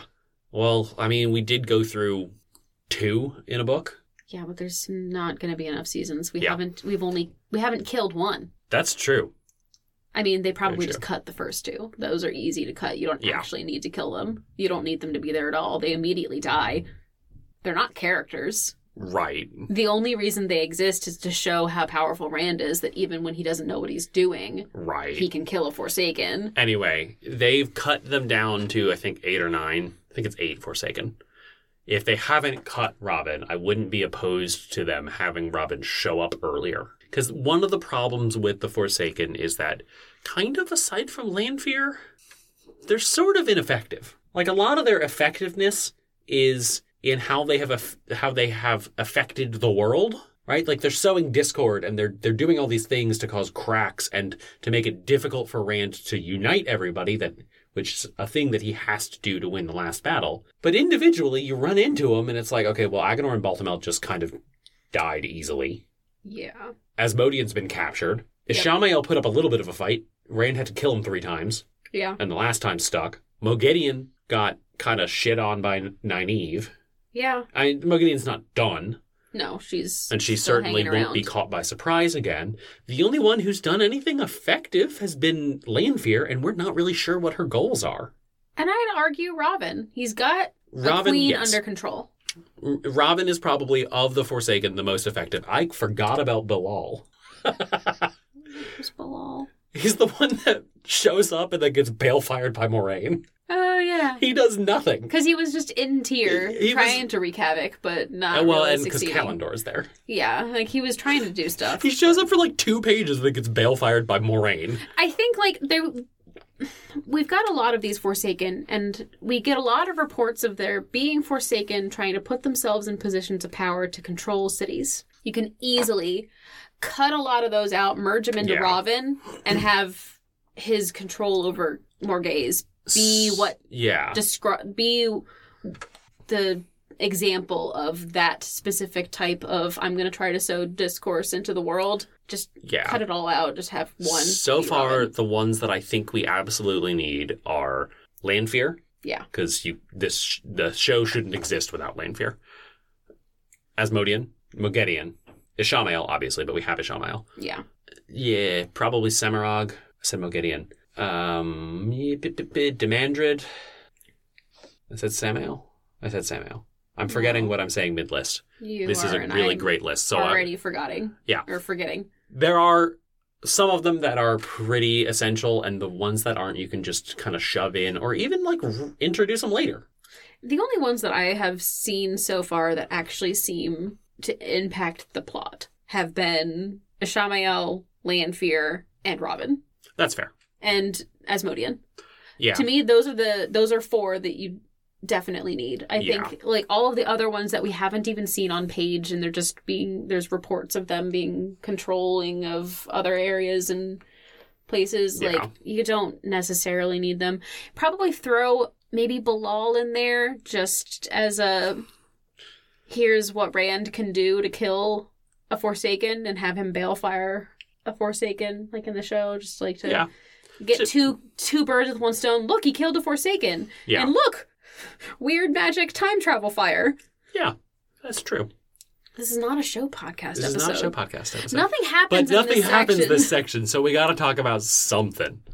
Well, I mean, we did go through two in a book.
Yeah, but there's not going to be enough seasons. We
Yeah.
haven't. We've only. We haven't killed one.
That's true.
I mean, they probably
Very
just cut the first two. Those are easy to cut. You don't
Yeah.
actually need to kill them. You don't need them to be there at all. They immediately die. They're not characters.
Right.
The only reason they exist is to show how powerful Rand is. That even when he doesn't know what he's doing,
Right.
he can kill a Forsaken.
Anyway, they've cut them down to I think eight or nine. I think it's eight Forsaken. If they haven't cut Robin, I wouldn't be opposed to them having Robin show up earlier. Because one of the problems with the Forsaken is that, kind of aside from Landfear, they're sort of ineffective. Like a lot of their effectiveness is in how they have aff- how they have affected the world, right? Like they're sowing discord and they're they're doing all these things to cause cracks and to make it difficult for Rand to unite everybody that which is a thing that he has to do to win the last battle. But individually you run into him and it's like, okay, well Agenor and Baltamel just kind of died easily.
Yeah.
Asmodian's been captured.
Yep.
Ishamael put up a little bit of a fight. Rand had to kill him three times
Yeah.
and the last time stuck. Mogedion got kind of shit on by Nynaeve.
Yeah.
I mean, Mogedion's not done,
No, she's
and she
still
certainly
hanging
won't be
around.
caught by surprise again. The only one who's done anything effective has been Lanfear, and we're not really sure what her goals are.
And I'd argue Robin. He's got
Robin,
a queen
yes.
under control.
R- Robin is probably of the Forsaken the most effective. I forgot about Bilal.
Who's Bilal?
He's the one that shows up and then gets balefired by Moraine.
Oh yeah,
He does nothing.
because he was just in tier
He- he
trying to wreak havoc, but not
Uh, well,
really
and because
succeeding.
Kalendor is there.
Yeah, like he was trying to do stuff.
He shows up for like two pages and then gets balefired by Moraine.
I think like they, we've got a lot of these Forsaken, and we get a lot of reports of their being Forsaken, trying to put themselves in positions of power to control cities. You can easily cut a lot of those out, merge them into
Yeah.
Robin, and have his control over Morgaze be what
Yeah.
describe be the example of that specific type of I'm going to try to sow discourse into the world. Just
yeah.
cut it all out. Just have one.
So
be
far,
Robin.
the ones that I think we absolutely need are Landfear.
Yeah.
Because you this sh- the show shouldn't exist without Landfear. Asmodian, Mogedion, Ishamael, obviously, but we have Ishamael.
yeah,
Yeah, probably Semirog. I said Mogedion. Um, yeah, bit- bit- bit- Demandrid. I said Samael. I said Samael. I'm forgetting
No.
what I'm saying mid list.
you
This
are,
is a
and
really
I'm
great list. So I'm-
already forgetting.
Yeah.
or forgetting.
there are some of them that are pretty essential and the ones that aren't you can just kind of shove in or even like r- introduce them later
The only ones that I have seen so far that actually seem to impact the plot have been Ishamael, Lanfear, and Robin,
that's fair
and Asmodian.
yeah
to me those are the those are four that you definitely need i
Yeah.
think like all of the other ones that we haven't even seen on page and they're just being there's reports of them being controlling of other areas and places
Yeah.
like you don't necessarily need them probably throw maybe Bilal in there just as a here's what Rand can do to kill a Forsaken and have him balefire a Forsaken like in the show just like to
yeah
get
To-
two two birds with one stone. Look, he killed a Forsaken,
yeah
and look, weird magic time travel fire.
yeah that's true
This is not a show podcast
this
episode.
is not a show podcast episode
Nothing happens.
but nothing
in this
happens
section.
this section so we got to talk about something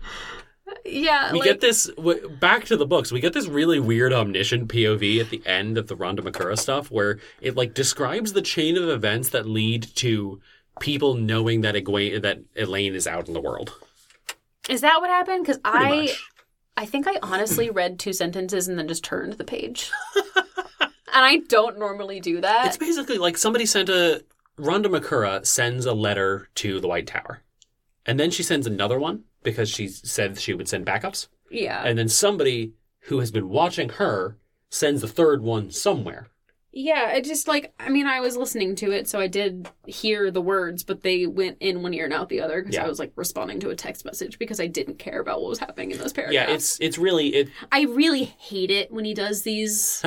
Yeah,
we
like,
get this w- back to the books we get this really weird omniscient pov at the end of the rhonda mccura stuff where it like describes the chain of events that lead to people knowing that Egwene, that elaine is out in the world
is that what happened? Because
pretty
I
much
I think I honestly read two sentences and then just turned the page. And I don't normally do that.
It's basically like somebody sent a Rhonda McCura sends a letter to the White Tower. And then she sends another one because she said she would send backups.
Yeah.
And then somebody who has been watching her sends the third one somewhere.
Yeah, it just like I mean, I was listening to it, so I did hear the words, but they went in one ear and out the other because
Yeah.
I was like responding to a text message because I didn't care about what was happening in those
Yeah,
paragraphs.
it's it's really it
I really hate it when he does these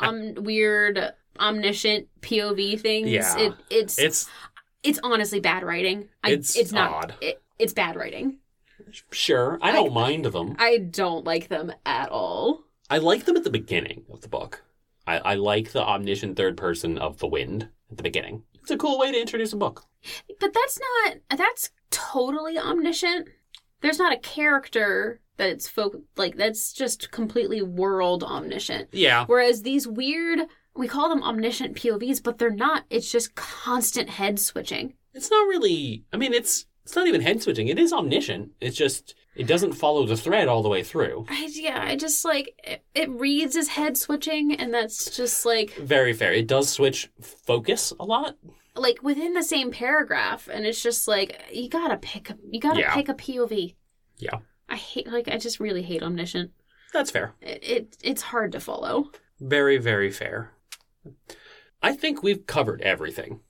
um weird omniscient POV things.
Yeah.
It, it's it's
it's
honestly bad writing. I,
It's
it's not
odd.
It, it's bad writing.
sure. I don't mind them.
I don't like them at all.
I like them at the beginning of the book. I, I like the omniscient third person of the wind at the beginning. It's a cool way to introduce a book.
But that's not that's totally omniscient. There's not a character that's fo- like that's just completely world omniscient.
Yeah.
Whereas these weird we call them omniscient POVs, but they're not. It's just constant head switching.
It's not really I mean it's it's not even head switching. It is omniscient. It's just it doesn't follow the thread all the way through.
I, yeah, I just like it, it reads as head switching, and that's just like
Very fair. It does switch focus a lot.
like within the same paragraph, and it's just like you gotta pick a you gotta
Yeah.
pick a POV.
Yeah.
I hate like I just really hate omniscient.
That's fair.
It, it it's hard to follow.
Very, very fair. I think we've covered everything.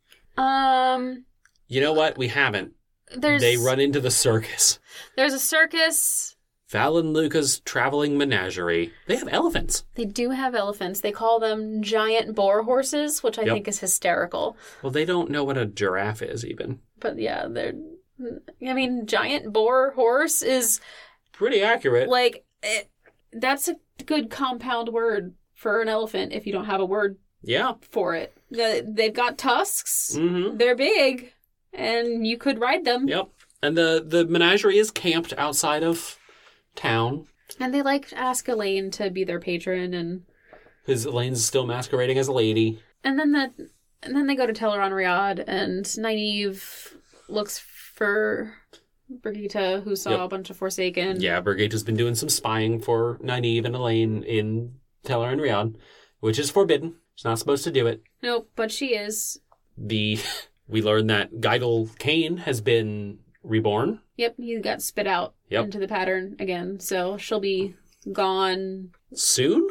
Um,
You know what? We haven't.
there's
They run into the circus.
there's a circus.
Val and Luca's traveling menagerie. They have elephants.
They do have elephants. They call them giant boar horses, which I
Yep.
think is hysterical.
Well, they don't know what a giraffe is, even.
But yeah, they're. I mean, giant boar horse is
Pretty accurate.
like it, that's a good compound word for an elephant if you don't have a word
yeah.
for it. The, they've got tusks.
Mm-hmm.
They're big, and you could ride them.
Yep. And the, the menagerie is camped outside of town
And they like ask Elaine to be their patron, and
because Elaine's still masquerading as a lady.
And then the and then they go to Teleron Riyadh and Nynaeve looks for Brigitte, who saw
Yep.
a bunch of Forsaken.
Yeah, Brigitte has been doing some spying for Nynaeve and Elaine in Teller and Rion, which is forbidden. She's not supposed to do it.
Nope, but she is.
the we learn that Geigel Kane has been reborn.
Yep, he got spit out
Yep.
into the pattern again. So she'll be gone.
Soon?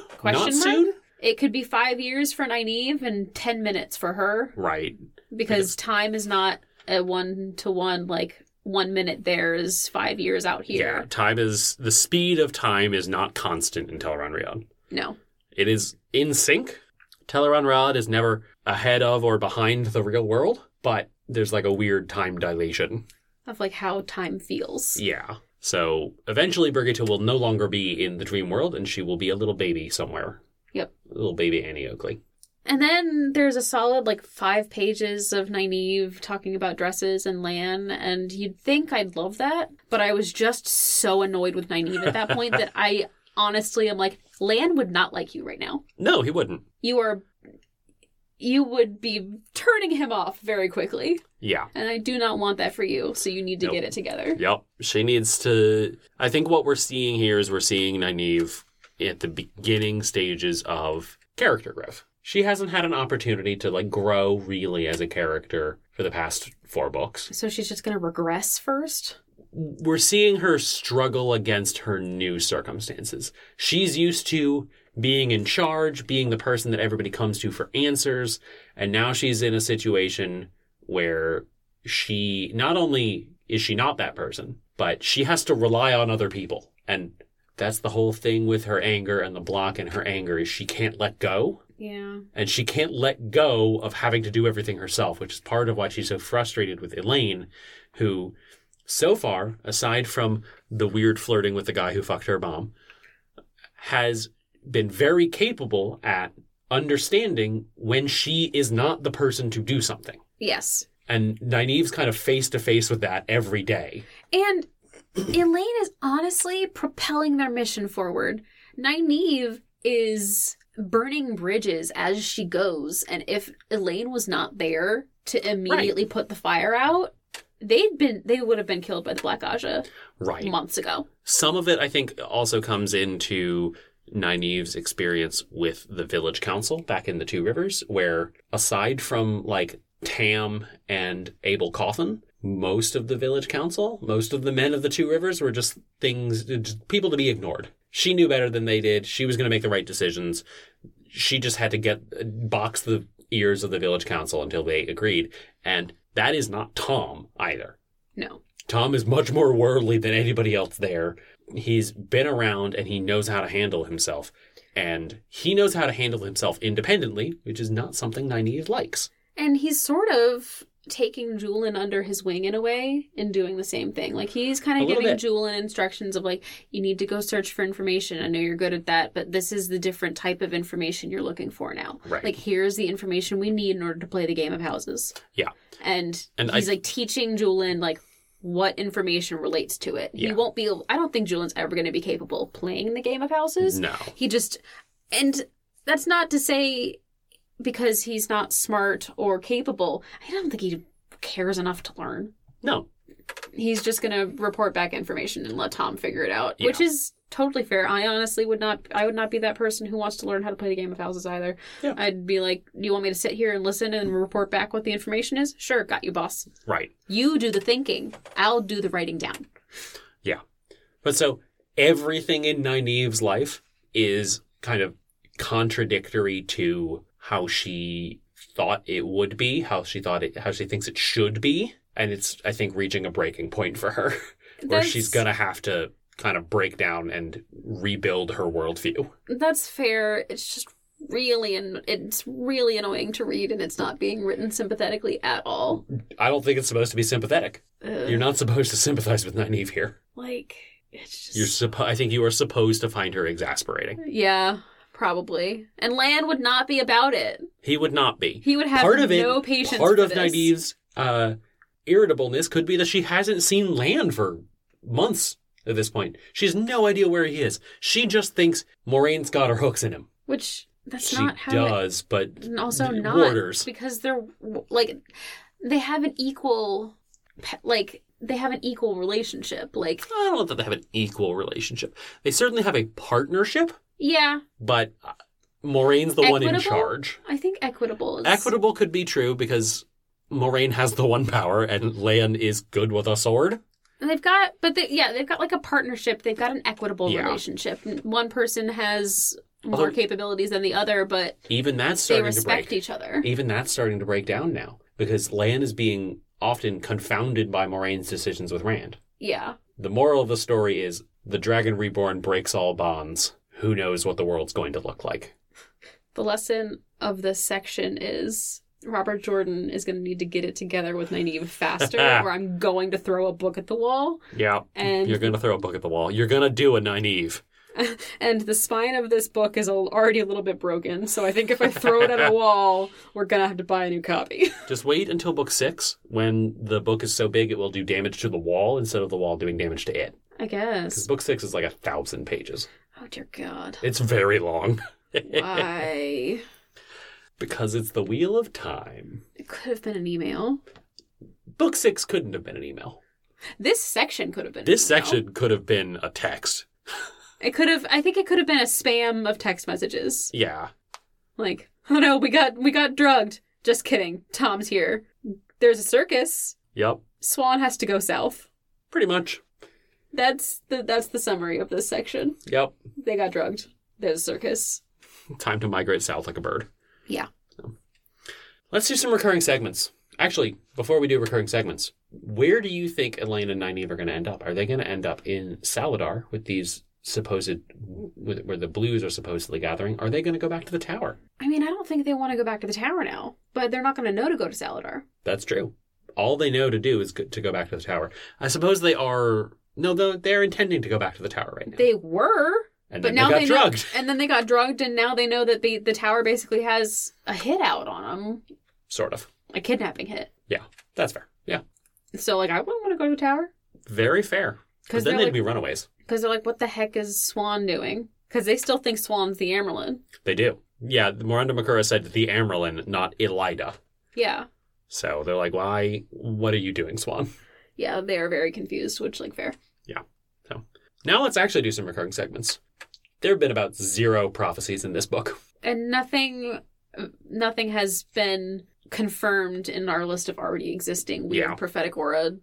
Not
Question mark?
soon?
It could be five years for Nynaeve and ten minutes for her
Right.
because time is not a one to one like one minute there is five years out
Yeah.
here.
Time is the speed of time is not constant in Teleron Riyadh.
No.
It is in sync. Teleron Rod is never ahead of or behind the real world, but there's like a weird time dilation.
Of like how time feels.
Yeah. So eventually Brigitte will no longer be in the dream world and she will be a little baby somewhere.
Yep.
Little baby Annie Oakley.
And then there's a solid like five pages of Nynaeve talking about dresses and Lan, and you'd think I'd love that, but I was just so annoyed with Nynaeve at that point that I honestly am like, Lan would not like you right now.
No, he wouldn't.
You are you would be turning him off very quickly.
Yeah.
And I do not want that for you, so you need to
Nope.
get it together.
Yep. She needs to. I think what we're seeing here is we're seeing Nynaeve at the beginning stages of character growth. She hasn't had an opportunity to like grow really as a character for the past four books.
So she's just gonna regress first.
We're seeing her struggle against her new circumstances. She's used to being in charge, being the person that everybody comes to for answers, and now she's in a situation where she not only is she not that person, but she has to rely on other people. And that's the whole thing with her anger and the block in her anger is she can't let go.
Yeah.
And she can't let go of having to do everything herself, which is part of why she's so frustrated with Elaine, who so far, aside from the weird flirting with the guy who fucked her mom, has been very capable at understanding when she is not the person to do something.
Yes.
And Nynaeve's kind of face to face with that every day.
And Elaine is honestly propelling their mission forward. Nynaeve is burning bridges as she goes, and if Elaine was not there to immediately put the fire out, they'd been they would have been killed by the Black Aja
Right.
months ago.
Some of it, I think, also comes into Nynaeve's experience with the village council back in the Two Rivers, where aside from like Tam and Abel Coffin, most of the village council, most of the men of the two rivers were just things, just people to be ignored. She knew better than they did. She was going to make the right decisions. She just had to get box the ears of the village council until they agreed. And that is not Tom either.
No.
Tom is much more worldly than anybody else there. He's been around and he knows how to handle himself. And he knows how to handle himself independently, which is not something Nynaeve likes.
And he's sort of taking Julian under his wing in a way and doing the same thing. Like he's kind
A
of
little
giving
bit.
Julian instructions of like, you need to go search for information. I know you're good at that, but this is the different type of information you're looking for now.
Right.
Like here's the information we need in order to play the game of houses.
Yeah.
And,
And
he's
I-
like teaching Julian like what information relates to it. He
Yeah.
won't be I don't think Julian's ever gonna be capable of playing the game of houses.
No.
He just and that's not to say because he's not smart or capable. I don't think he cares enough to learn.
No.
He's just going to report back information and let Tom figure it out,
Yeah.
which is totally fair. I honestly would not I would not be that person who wants to learn how to play the game of houses either.
Yeah.
I'd be like, "Do you want me to sit here and listen and report back what the information is?" Sure, got you, boss.
Right.
You do the thinking. I'll do the writing down.
But so everything in Nynaeve's life is kind of contradictory to how she thought it would be, how she thought it, how she thinks it should be, and it's I think reaching a breaking point for her, where she's
That's-
gonna have to kind of break down and rebuild her worldview.
That's fair. It's just really and it's really annoying to read, and it's not being written sympathetically at all.
I don't think it's supposed to be sympathetic.
Ugh.
You're not supposed to sympathize with Nynaeve here.
like it's just
You're suppo- I think you are supposed to find her exasperating.
yeah, probably. And Lan would not be about it.
He would not be.
He would have
part of it,
no patience.
part
for
of
this.
Nynaeve's uh, irritableness could be that she hasn't seen land for months at this point. She has no idea where he is. She just thinks Moraine's got her hooks in him.
which that's
she
not how. it-
does, but
and also
th-
not
warders.
because they're like they have an equal pe- like they have an equal relationship. Like
I don't know that they have an equal relationship. They certainly have a partnership,
yeah,
but uh, Moraine's the one in
Equitable?
charge.
I think equitable is
Equitable could be true because Moraine has the one power and Lan is good with a sword.
And they've got, but they, yeah, they've got like a partnership. They've got an equitable
Yeah.
relationship. One person has more
Although-
capabilities than the other, but
Even that's
they
starting to
respect
break.
each other.
Even that's starting to break down now because Lan is being often confounded by Moraine's decisions with Rand.
Yeah.
The moral of the story is the dragon reborn breaks all bonds. Who knows what the world's going to look like?
The lesson of this section is Robert Jordan is going to need to get it together with Nynaeve faster, or I'm going to throw a book at the wall.
Yeah.
And
You're going to throw a book at the wall. You're going to do a Nynaeve.
and the spine of this book is al- already a little bit broken, so I think if I throw it at a wall, we're going to have to buy a new copy.
Just wait until book six when the book is so big it will do damage to the wall instead of the wall doing damage to it.
I
Because
guess.
book six is like a thousand pages.
Oh, dear God.
It's very long.
Why?
because it's the wheel of time.
It could have been an email.
Book six couldn't have been an email.
This section could have been. an
This
email.
section could have been a text.
It could have. I think it could have been a spam of text messages.
Yeah.
Like, oh no, we got we got drugged. Just kidding. Tom's here. There's a circus.
Yep.
Swan has to go south.
Pretty much.
That's the that's the summary of this section.
Yep.
They got drugged. There's a circus.
Time to migrate south like a bird.
Yeah.
So. Let's do some recurring segments. Actually, before we do recurring segments, where do you think Elaine and Nynaeve are going to end up? Are they going to end up in Saladar with these supposed, with, where the blues are supposedly gathering? Are they going to go back to the tower?
I mean, I don't think they want to go back to the tower now, but they're not going to know to go to Saladar.
That's true. All they know to do is go- to go back to the tower. I suppose they are. No, they're, they're intending to go back to the tower right now.
They were,
and
but
then
now
they got
they know-
drugged.
and then they got drugged, and now they know that the the tower basically has a hit out on them,
Sort of.
a kidnapping hit.
That's fair. Yeah.
So like, I wouldn't want to go to a tower
Very fair. Because
because
then
they're
they'd
like,
be runaways.
because they're like, what the heck is Swan doing? Because they still think Swan's the Amerlin.
They do. Yeah, Miranda Makura said the Amaryllis, not Elida.
Yeah,
So they're like, why? What are you doing, Swan?
yeah, they are very confused, which like fair.
Now let's actually do some recurring segments. There have been about zero prophecies in this book.
And nothing, nothing has been confirmed in our list of already existing weird
Yeah.
prophetic aura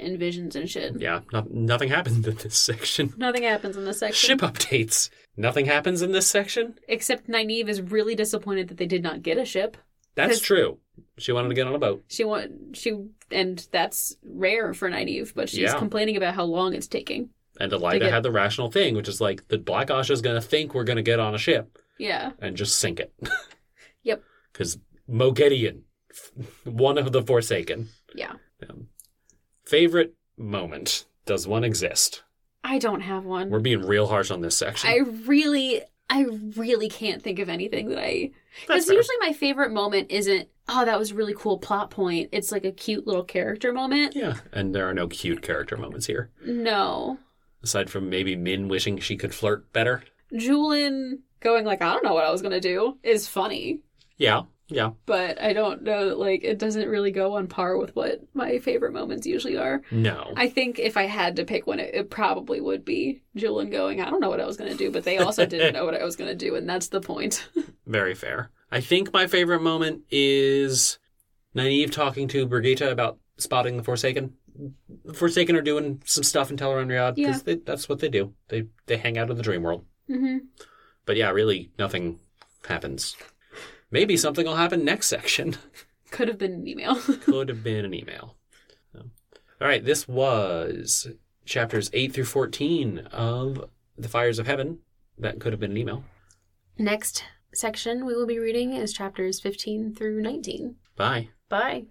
and visions and shit.
Yeah, no, nothing happens in this section.
Nothing happens in this section.
Ship updates. Nothing happens in this section.
Except Nynaeve is really disappointed that they did not get a ship.
That's
'Cause-
true. She wanted to get on a boat.
She want she and that's rare for Nynaeve, but she's
Yeah.
complaining about how long it's taking.
And Elida
get-
had the rational thing, which is like the Black Asha is going to think we're going to get on a ship
Yeah.
and just sink it.
Yep.
Because Mogedion, one of the Forsaken.
Yeah.
Um, favorite moment. Does one exist?
I don't have one.
We're being real harsh on this section.
I really I really can't think of anything that I
That's
because
fair.
usually my favorite moment isn't oh that was a really cool plot point. It's like a cute little character moment.
Yeah, and there are no cute character moments here.
No.
Aside from maybe Min wishing she could flirt better.
Julin going like I don't know what I was gonna do is funny,
Yeah, yeah.
but I don't know that like it doesn't really go on par with what my favorite moments usually are.
No.
I think if I had to pick one, it, it probably would be Julin going I don't know what I was gonna do, but they also didn't know what I was gonna do, and that's the point.
Very fair. I think my favorite moment is Nynaeve talking to Brigitte about spotting the Forsaken. The Forsaken are doing some stuff in Teleron Riyadh
Yeah.
because that's what they do. They they hang out in the dream world.
mm-hmm.
But yeah, really nothing happens. Maybe something will happen next section.
Could have been an email.
Could have been an email. So. All right, this was chapters 8 through 14 of The Fires of Heaven. That could have been an email.
Next section we will be reading is chapters 15 through 19.
Bye.
Bye.